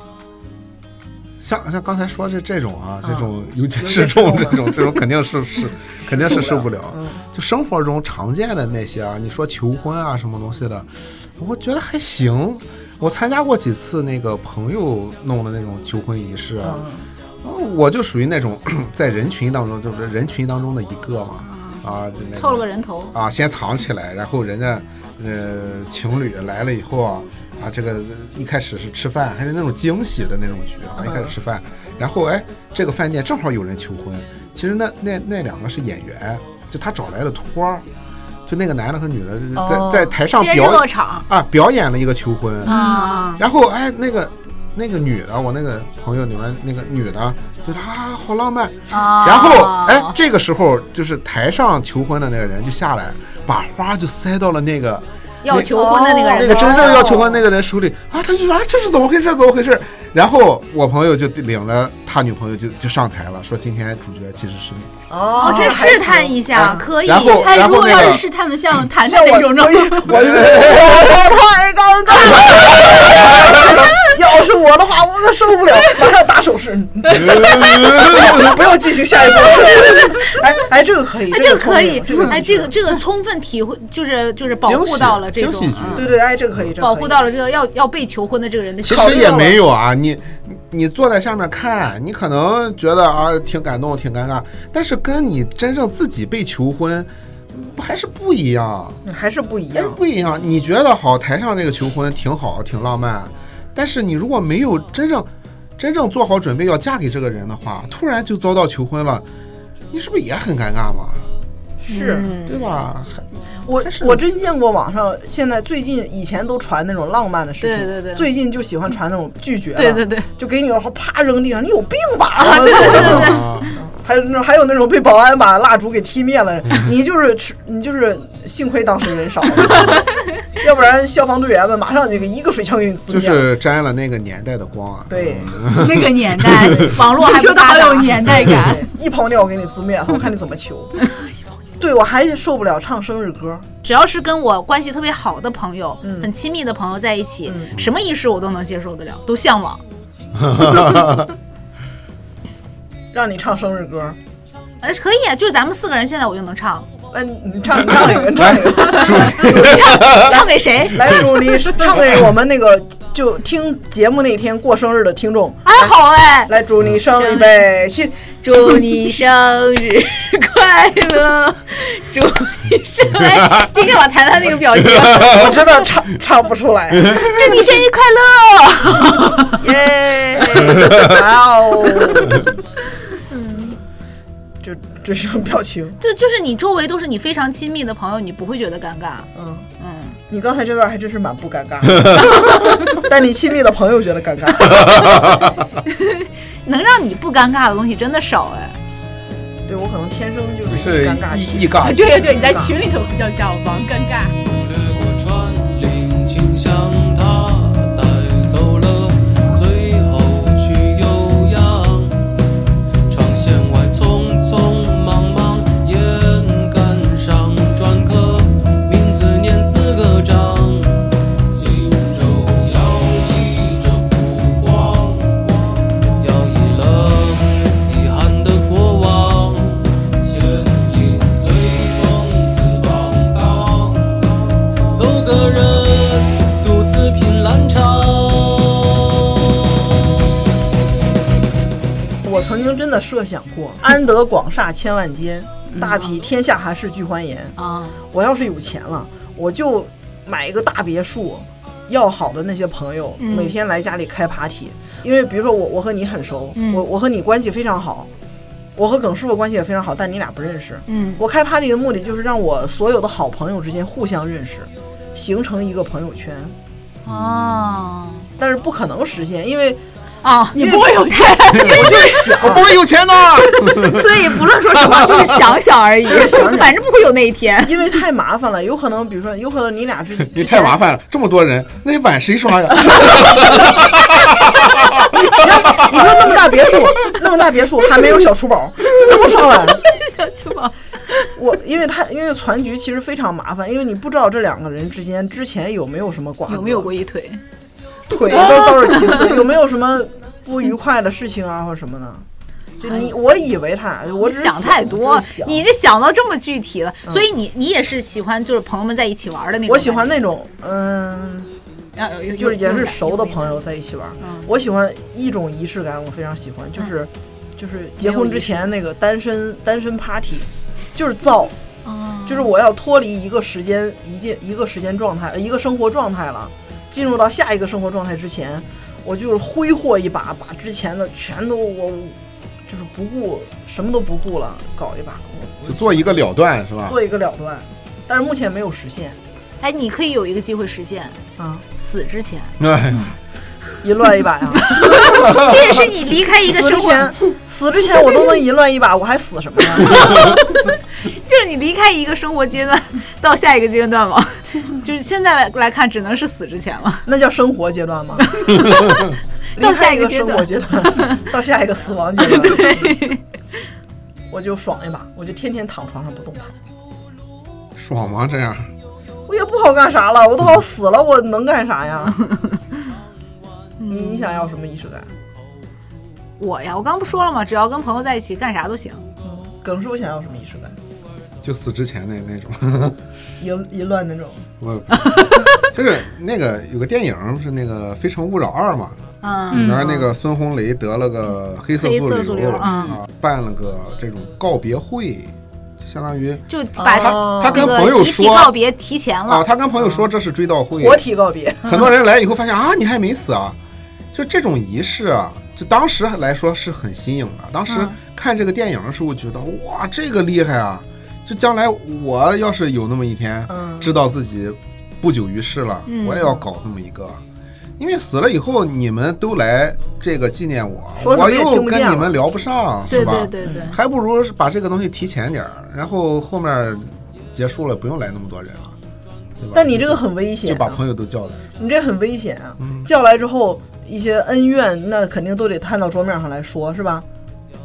B: 像像刚才说这这种啊，
A: 啊
B: 这种尤其
A: 有点
B: 是这种
A: 受不
B: 这
A: 了
B: 种这种肯定是是肯定是受不了。
A: 嗯，
B: 就生活中常见的那些啊，你说求婚啊什么东西的，我觉得还行。我参加过几次那个朋友弄的那种求婚仪式啊，然后我就属于那种 在人群当中，就是人群当中的一个嘛，啊，就那种
C: 凑了个人头。
B: 啊，先藏起来，然后人家呃情侣来了以后啊，啊这个一开始是吃饭，还是那种惊喜的那种局啊，一开始吃饭，
C: 嗯
B: 然后哎这个饭店正好有人求婚，其实那那那两个是演员，就他找来了托儿，就那个男的和女的在、
A: 哦
B: 在台上
C: 先
B: 表
C: 热场
B: 啊表演了一个求婚，
C: 啊，
B: 然后哎，那个那个女的，我那个朋友里面那个女的，觉得啊好浪漫。
C: 啊
B: 然后哎，这个时候就是台上求婚的那个人就下来，把花就塞到了那个
C: 要求婚的那个人，
B: 那个真正要求婚那个人手里啊，他就说啊这是怎么回事？怎么回事？然后我朋友就领着他女朋友就就上台了，说今天主角其实 是你。
A: 哦
C: 哦，先试探一下，
B: 嗯
C: 可以。
B: 然后
G: 哎，如果
B: 那
G: 要
B: 个
G: 是试探的 像谈
A: 像
G: 谈
A: 我
G: 那种，
A: 我以我以为我操，太尴尬了。要是我的话，我可受不了，马上打手势，不要进行下一步。哎哎，这个可以，
C: 哎，
A: 这
C: 这个可以
A: 聪明，
C: 哎，
A: 这
C: 这
A: 个
C: 个这个充分体会，就是就是保
B: 惊
C: 护
B: 喜
C: 到了这
B: 惊
C: 种
B: 喜局，
C: 嗯
A: 对对，哎，这个可以，这个可以
C: 保护到了这个要要被求婚的这个人的
B: 其
C: 心。
B: 实也没有啊，你你你坐在下面看，你可能觉得啊挺感动、挺尴尬，但是跟你真正自己被求婚，不还是不一样，
A: 还是不一
B: 还
A: 样
B: 是。哎不一样。你觉得好，台上这个求婚挺好、挺浪漫，但是你如果没有真正真正做好准备要嫁给这个人的话，突然就遭到求婚了，你是不是也很尴尬嘛？
A: 是
C: 嗯
B: 对吧？
A: 我
B: 还是
A: 我真见过网上现在最近以前都传那种浪漫的视频，
C: 对对对
A: 最近就喜欢传那种拒绝了，
C: 对对对，
A: 就给你然后啪扔地上，你有病吧？对对对
B: 对 啊，
A: 还有那种还有那种被保安把蜡烛给踢灭了，你就是吃你就是幸亏当时人少， 要不然消防队员们马上就给一个水枪给你
B: 就
A: 滋灭了。
B: 是沾了那个年代的光啊。
A: 对
D: 那个年代，
C: 网络还不
D: 说的
C: 发
D: 好
C: 达
D: 有，年代 感。
A: 对，一泡尿给你滋灭了，我看你怎么 求。对，我还受不了唱生日歌，
C: 只要是跟我关系特别好的朋友、
G: 嗯
C: 很亲密的朋友在一起，什么仪式我都能接受得了，都向往。
A: 让你唱生日歌，
C: 呃，可以啊，就是咱们四个人现在我就能 唱，
A: 那你唱你唱一个，你唱一个。
C: 唱给谁？
A: 来，主你唱给我们那个就听节目那天过生日的听众。
C: 哎，好哎，
A: 来，祝你生日呗！新
C: 祝你生日快乐，祝你生日， 哎今天我谈谈那个表情，啊
A: 我知道唱唱不出来，
C: 祝你生日快乐。
A: 耶！哇哦！就这是种表情，
C: 就就是你周围都是你非常亲密的朋友，你不会觉得尴尬。
A: 嗯，
C: 嗯，
A: 你刚才这段还真是蛮不尴尬的，但你亲密的朋友觉得尴尬。
C: 能让你不尴尬的东西真的少哎。
A: 对我可能天生就
B: 你
A: 是
B: 是
A: 尴尬
B: 一一
A: 体，
B: 尬
D: 对对对，你在群里头比较像王尴尬。
F: 掠过川岭，清香，它带走了最后去悠扬。窗线外匆匆忙忙，也赶上专科，名字念四个章。轻舟摇曳着湖光，摇曳了遗憾的过往。身影随风似放荡。走个人，独自品兰潮。
A: 我曾经真的设想过“安得广厦千万间，大庇天下寒士俱欢颜”。
C: 啊，
A: 我要是有钱了，我就买一个大别墅。要好的那些朋友，
C: 嗯
A: 每天来家里开 party，因为比如说我，我和你很熟，
C: 嗯
A: 我我和你关系非常好，我和耿师傅关系也非常好，但你俩不认识。
C: 嗯
A: 我开 party 的目的就是让我所有的好朋友之间互相认识，形成一个朋友圈，
C: 哦
A: 但是不可能实现，因 为
C: 哦，
A: 嗯你不会有钱，我就是想，
B: 哦我不会有钱的。
C: 所以不论说什 么，就是想想而已，反正不会有那 一天。
A: 因为太麻烦了，有可能比如说，有可能你俩之前
B: 你太麻烦了，这么多人，那碗谁刷呀？
A: 你说那么大别墅，那么大别墅还没有小厨宝，怎么刷碗？
C: 小厨宝，
A: 我因为他因为攒局其实非常麻烦，因为你不知道这两个人之间之前有没有什么瓜葛，
C: 有没有过一腿？
A: 腿 都都是其次，有没有什么不愉快的事情啊或者什么的？就你我以为他俩，我
C: 哎你
A: 只是
C: 想太多
A: 我只是，想嗯
C: 你这想到这么具体了，所以你你也是喜欢就是朋友们在一起玩的那种。
A: 我喜欢那种嗯。
C: 那，啊有有
A: 就是也
C: 有
A: 是
C: 有
A: 熟的
C: 有
A: 朋友在一起玩儿
C: 嗯。
A: 我喜欢一种仪式感，我非常喜欢，就是就是结
C: 没有
A: 婚
C: 仪
A: 之
C: 式
A: 前那个单身单身 party，就是造，
C: 哦
G: 啊，
A: 就是我要脱离一个时间一件一个时间状态，呃一个生活状态了，进入到下一个生活状态之前，我就是挥霍一把，把之前的全都我就是不顾什么都不顾了，搞一把，我
B: 就做一个了断是吧？
A: 做一个了断。但是目前没有实现
C: 哎，你可以有一个机会实现
A: 啊，
C: 死之前，
B: 哎，
A: 淫乱一把呀。
C: 这也是你离开一 个
A: 死之
C: 生活，
A: 前，死之前我都能淫乱一把，我还死什么呀？
C: 就是你离开一个生活阶段 到下一个阶段嘛， 就是现在来看只能是死之前了。
A: 那叫生活阶段 吗？
C: 到
A: 离开
C: 下一
A: 一
C: 个阶
A: 生
C: 段
A: 活阶段，到下一个死亡阶段，我就爽一把，我就天天躺床上不动弹，
B: 爽吗？这样，
A: 我也不好干啥了，我都好死了，我能干啥呀？ 你你想要什么仪式感？
C: 我呀，我刚不说了吗？只要跟朋友在一起，干啥都行。
A: 耿师傅想要什么仪式感？
B: 就死之前那那种。
A: 淫淫乱那种，
B: 我就是那个有个电影是那个《非诚勿扰二》嘛，
C: 嗯，
B: 里面那个孙红雷得了个黑色
C: 黑
B: 素
C: 色
B: 瘤
C: 素瘤嗯
B: 啊，办了个这种告别会，就相当于
C: 就把
A: 他
B: 他啊跟
C: 那个
B: 朋友
C: 遗体
B: 说
C: 哦告别提前了。
B: 啊，他跟朋友说这是追悼会，
A: 活体告别，
B: 很多人来以后发现啊，你还没死啊，就这种仪式啊，就当时来说是很新颖的。当时
C: 嗯
B: 看这个电影的时候，我觉得哇，这个厉害啊！就将来我要是有那么一天，
A: 嗯
B: 知道自己不久于世了，我也要搞这么一个。因为死了以后，你们都来这个纪念我，
A: 说什
B: 我
A: 么也听
B: 又
A: 不
B: 跟
A: 见
B: 你
A: 了
B: 们聊不上，
C: 对
B: 是吧？嗯
C: 对对对，
B: 还不如是把这个东西提前点儿，然后后面结束了，不用来那么多人了，对吧？
A: 但你这个很危
B: 就
A: 险
B: 把
A: 啊，
B: 朋友都叫来。
A: 你这很危险啊！
B: 嗯
A: 叫来之后，一些恩怨那肯定都得摊到桌面上来说，是吧？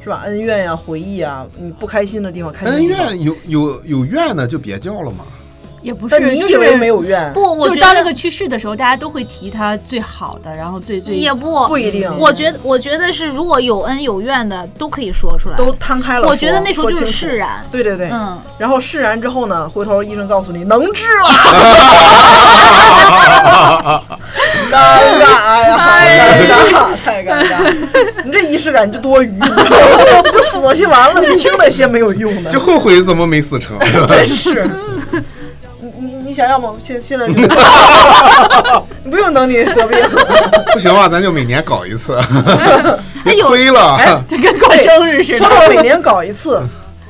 A: 是吧？恩怨呀、回忆啊，你不开心的地方，开心的
B: 恩
A: 地方
B: 怨有有有怨的就别叫了嘛。
D: 也不
A: 但
D: 是，
A: 你
D: 就
A: 以为
D: 是
A: 没有怨？
C: 不，我觉
D: 就是
C: 得
D: 当那个去世的时候，大家都会提他最好的，然后最最
C: 也不
A: 不一定
C: 我觉得，我觉得是如果有恩有怨的，都可以说出来。
A: 都摊开了说。
C: 我觉得那时候就是
A: 说清楚
C: 释然
A: 对对对，
C: 嗯。
A: 然后释然之后呢，回头医生告诉你能治了， 尴
B: 哎
A: 尬 哎呀，太尴尬，太尴 尬，你这仪式感就多余， 你就死去完了，你听那些没有用的，
B: 就后悔怎么没死成，
A: 真 是。你你你想要吗？现现在就，你不用等你得病。
B: 不行啊，咱就每年搞一 次，别
C: 有
B: 亏了。啊
A: 哎
D: 这跟过生日似
A: 说
D: 的。
A: 到每年搞一次，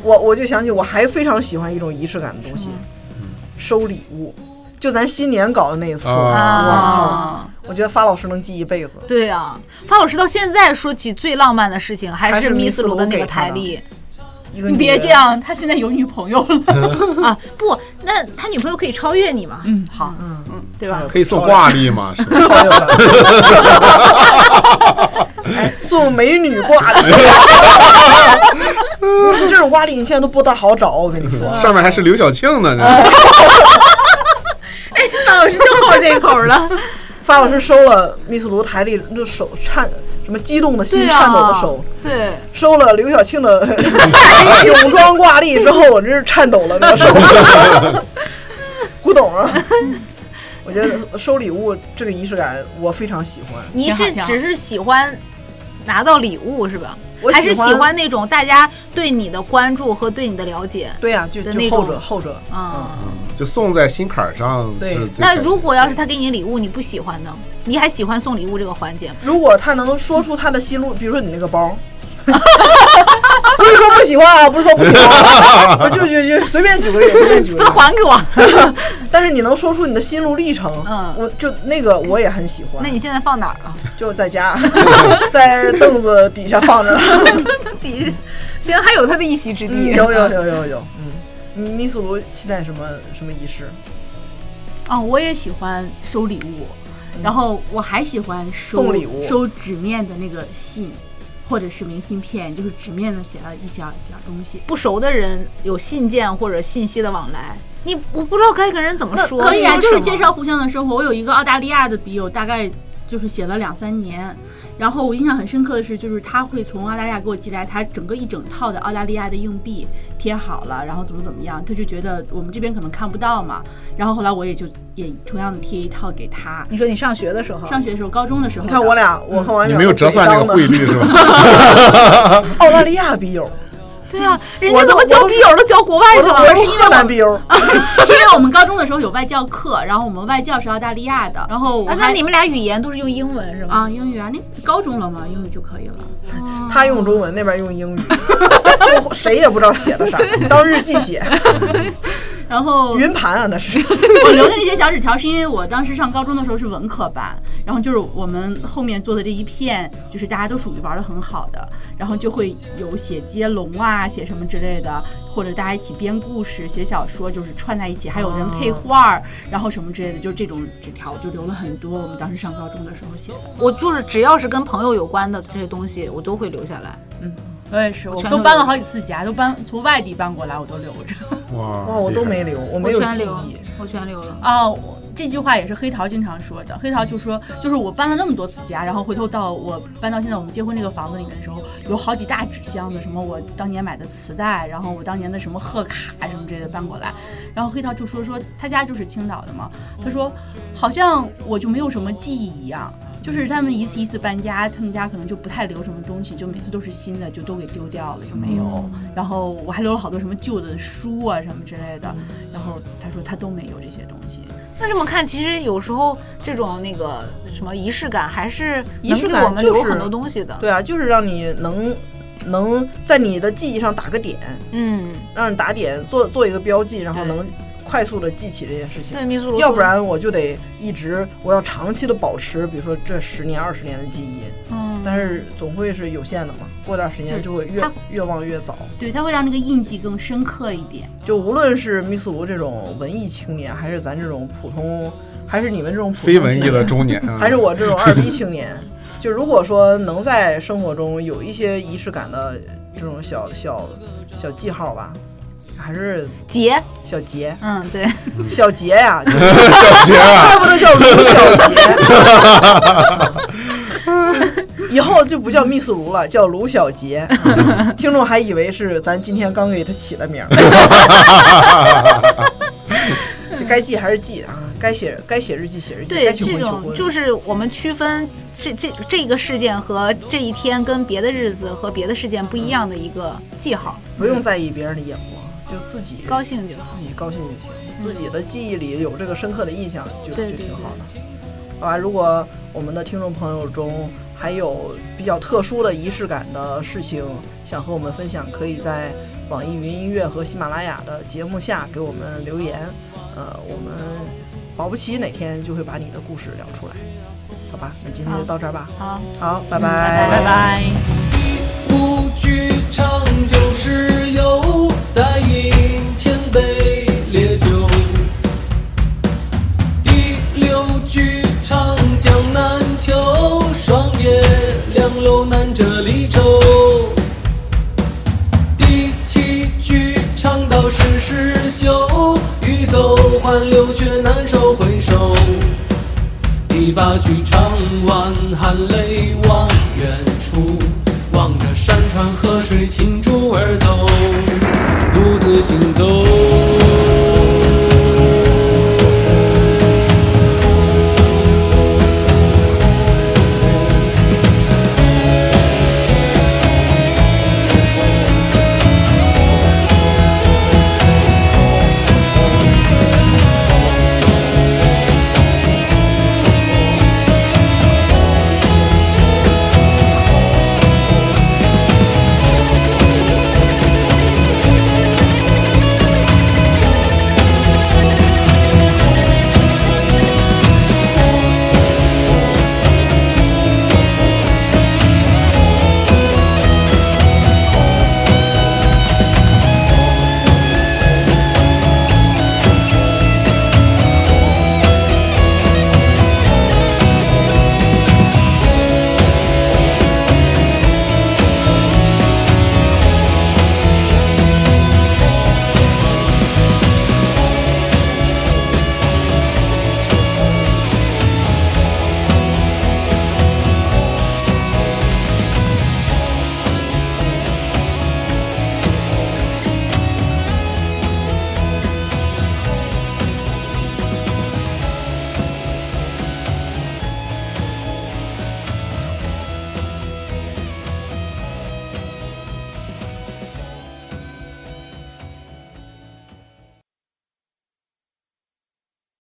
A: 我我就想起我还非常喜欢一种仪式感的东西，
D: 嗯
A: 收礼物。就咱新年搞的那一次，
B: 啊
A: 我靠！我觉得发老师能记一辈子。
C: 对啊，发老师到现在说起最浪漫的事情，还
A: 还
C: 是
A: 是
C: 密
A: 密
C: 斯
A: 斯
C: 卢
A: 卢
C: 的那
A: 给
C: 个
A: 他
C: 台
A: 的
C: 历
A: 一个
D: 你
A: 女
D: 别
A: 人
D: 这，样，他现在有女朋友了。
C: 啊！不，那他女朋友可以超越你嘛？嗯，好，嗯嗯，对吧？
B: 可以送挂历 嘛？是吧
A: 呃朋友了哎，送美女 挂历， 这种挂历你现在都不大好找，我跟你说。
B: 上面还是刘晓庆呢，
A: 哎
B: 这
C: 范 老师就好这口了，
A: 发老师收了密斯卢台历，这手颤，什么激动的心，
C: 对
A: 颤抖的
C: 啊
A: 手，，
C: 对，
A: 收了刘晓庆 的泳装挂历之后，我真是颤抖了那个手。古董啊，我觉得收礼物这个仪式感我非常喜欢。
C: 你
D: 挺好
C: 是
D: 挺好
C: 只是喜欢拿到礼物是吧？
A: 我
C: 还是
A: 喜
C: 喜欢那种大家对你的关注和对你的了解。
A: 对呀、就
C: 的
A: 就
C: 那
A: 后
C: 种
A: 者后者，
C: 啊、
B: 就送在心坎儿上
A: 对
B: 是最开
C: 那
B: 心。
C: 如果要是他给你礼物你不喜欢呢？你还喜欢送礼物这个环节吗？
A: 如果他能说出他的心路，比如说你那个 包。不是说不喜欢啊，不是说不喜欢、啊，我就就就随便举个例，随便举个例。
C: 还给我！
A: 但是你能说出你的心路历程，
C: 嗯
A: 我就那个我也很喜欢。
C: 那你现在放哪儿啊 了？
A: 就在家，在凳子底下 放着。
C: 底行，还有他的一席之地。
A: 嗯有有有有有，嗯，你米苏鲁期待什么什么仪式？
D: 啊，我也喜欢收礼物，然后我还喜欢收
A: 送礼物
D: 收纸面的那个信，或者是明信片，就是纸面的写了一小点儿东西。
C: 不熟的人有信件或者信息的往来，你我不知道该跟人怎么说。
D: 可以啊，
C: 说
D: 就是
C: 什么
D: 介绍互相的生活。我有一个澳大利亚的笔友，大概就是写了两三年。然后我印象很深刻的是，就是他会从澳大利亚给我寄来他整个一整套的澳大利亚的硬币，贴好了，然后怎么怎么样，他就觉得我们这边可能看不到嘛。然后后来我也就也同样的贴一套给他。
C: 你说你上学的时候，
D: 上学的时候，高中的时候
A: 你
D: 的，
A: 看我俩，
C: 嗯
A: 我和王
B: 你
A: 远
B: 没有折算这个汇
A: 率，
B: 率是吧？
A: 澳大利亚笔友，
C: 对啊，人
A: 我
C: 家
A: 都
C: 怎么交笔友都交国外
A: 我
C: 去
A: 都
C: 了？
A: 我
C: 是
A: 是
C: 因为
A: 河南笔友，
C: 啊
D: 是 因为我们高中的时候有外教课，然后我们外教是澳大利亚的，然后我
C: 啊，
D: 还
C: 那你们俩语言都是用英文是吗？
D: 啊英语啊，那高中了嘛，英语就可以了。
A: 他用中文，那边用 英语，就谁也不知道写的啥，当日记 写，
D: 然后
A: 云盘啊那是。
C: 嗯
D: 我留的那些小纸条，是因为我当时上高中的时候是文科班，然后就是我们后面做的这一片，就是大家都属于玩的很好的，然后就会有写接龙啊，写什么之类的，或者大家一起编故事、写小说，就是串在一起，还有人配画儿，然后什么之类的，就是这种纸条我就留了很多。我们当时上高中的时候写的，
C: 我就是只要是跟朋友有关的这些东西，我都会留下来。
D: 我也是，我
C: 全
D: 都
C: 都
D: 搬
C: 留
D: 了好几次家，都搬从外地搬过来，我都留着。
B: 哇
A: 哇，我都没留，我没有
C: 我全
A: 记
C: 留
A: 忆。，
C: 我全留了。
D: 哦，我这句话也是黑桃经常说的。黑桃就说，就是我搬了那么多次家，然后回头到我搬到现在我们结婚这个房子里面的时候，有好几大纸箱子，什么我当年买的磁带，然后我当年的什么贺卡什么之类的搬过来。然后黑桃就说说他家就是青岛的嘛，他说好像我就没有什么记忆一样。就是他们一次一次搬家，他们家可能就不太留什么东西，就每次都是新的，就都给丢掉了，就没有。然后我还留了好多什么旧的书啊什么之类的。然后他说他都没有这些东西。
C: 那这么看，其实有时候这种那个什么仪式感，还是
A: 仪式
C: 能给
A: 感
C: 我们
A: 就
C: 留
A: 是
C: 很多东西的。
A: 对啊，就是让你能能在你的记忆上打个点，
C: 嗯，
A: 让你打点做做一个标记，然后
D: 对
A: 能快速的记起这件事情
C: 对，。米苏罗，
A: 要不，然我就得一直，我要长期的保持，比如说这十年、二十年的记忆，
C: 嗯，
A: 但是总会是有限的嘛。过段时间就会越
D: 它
A: 越忘越早。
D: 对，它会让那个印记更深刻一点。
A: 就无论是密斯卢这种文艺青年，还是咱这种普通，还是你们这种普通
B: 非文艺
A: 青
B: 的
A: 年，
B: 中年啊，
A: 还是我这种二逼青年， 就如果说能在生活中有一些仪式感的这种小小小记号吧，还是
C: 结，
A: 小节
C: 嗯，对，
A: 小节 呀、就是
B: 小杰啊，
A: 怪不得叫卢小 杰。以后就不叫密斯卢了，叫卢小杰。听众还以为是咱今天刚给他起的名儿。 这该记还是记啊，该写该写日记写日记，该
C: 对，
A: 求
C: 这
A: 婚求婚
C: 种。就是我们区分这这这个事件和这一天跟别的日子和别的事件不一样的一个记号，
A: 不用在意别人的眼光，就自己
C: 高兴就好。
A: 自己高兴就行，自己的记忆里有这个深刻的印象就
C: 嗯对
A: 就
C: 对
A: 挺好的。好吧，如果我们的听众朋友中还有比较特殊的仪式感的事情想和我们分享，可以在网易云音乐和喜马拉雅的节目下给我们留言。呃，我们保不齐哪天就会把你的故事聊出来。好吧，那今天就
C: 好
A: 到这儿吧。
C: 好，嗯
A: 好，
C: 拜
D: 拜拜。
F: 不惧长久之忧，再饮千杯烈酒。第六句唱江南秋，霜叶两楼难折离愁。第七句唱到世事休，欲走还留却难收回首。第八句唱完，含泪望远处，望着山川河水倾注而走，独自行走。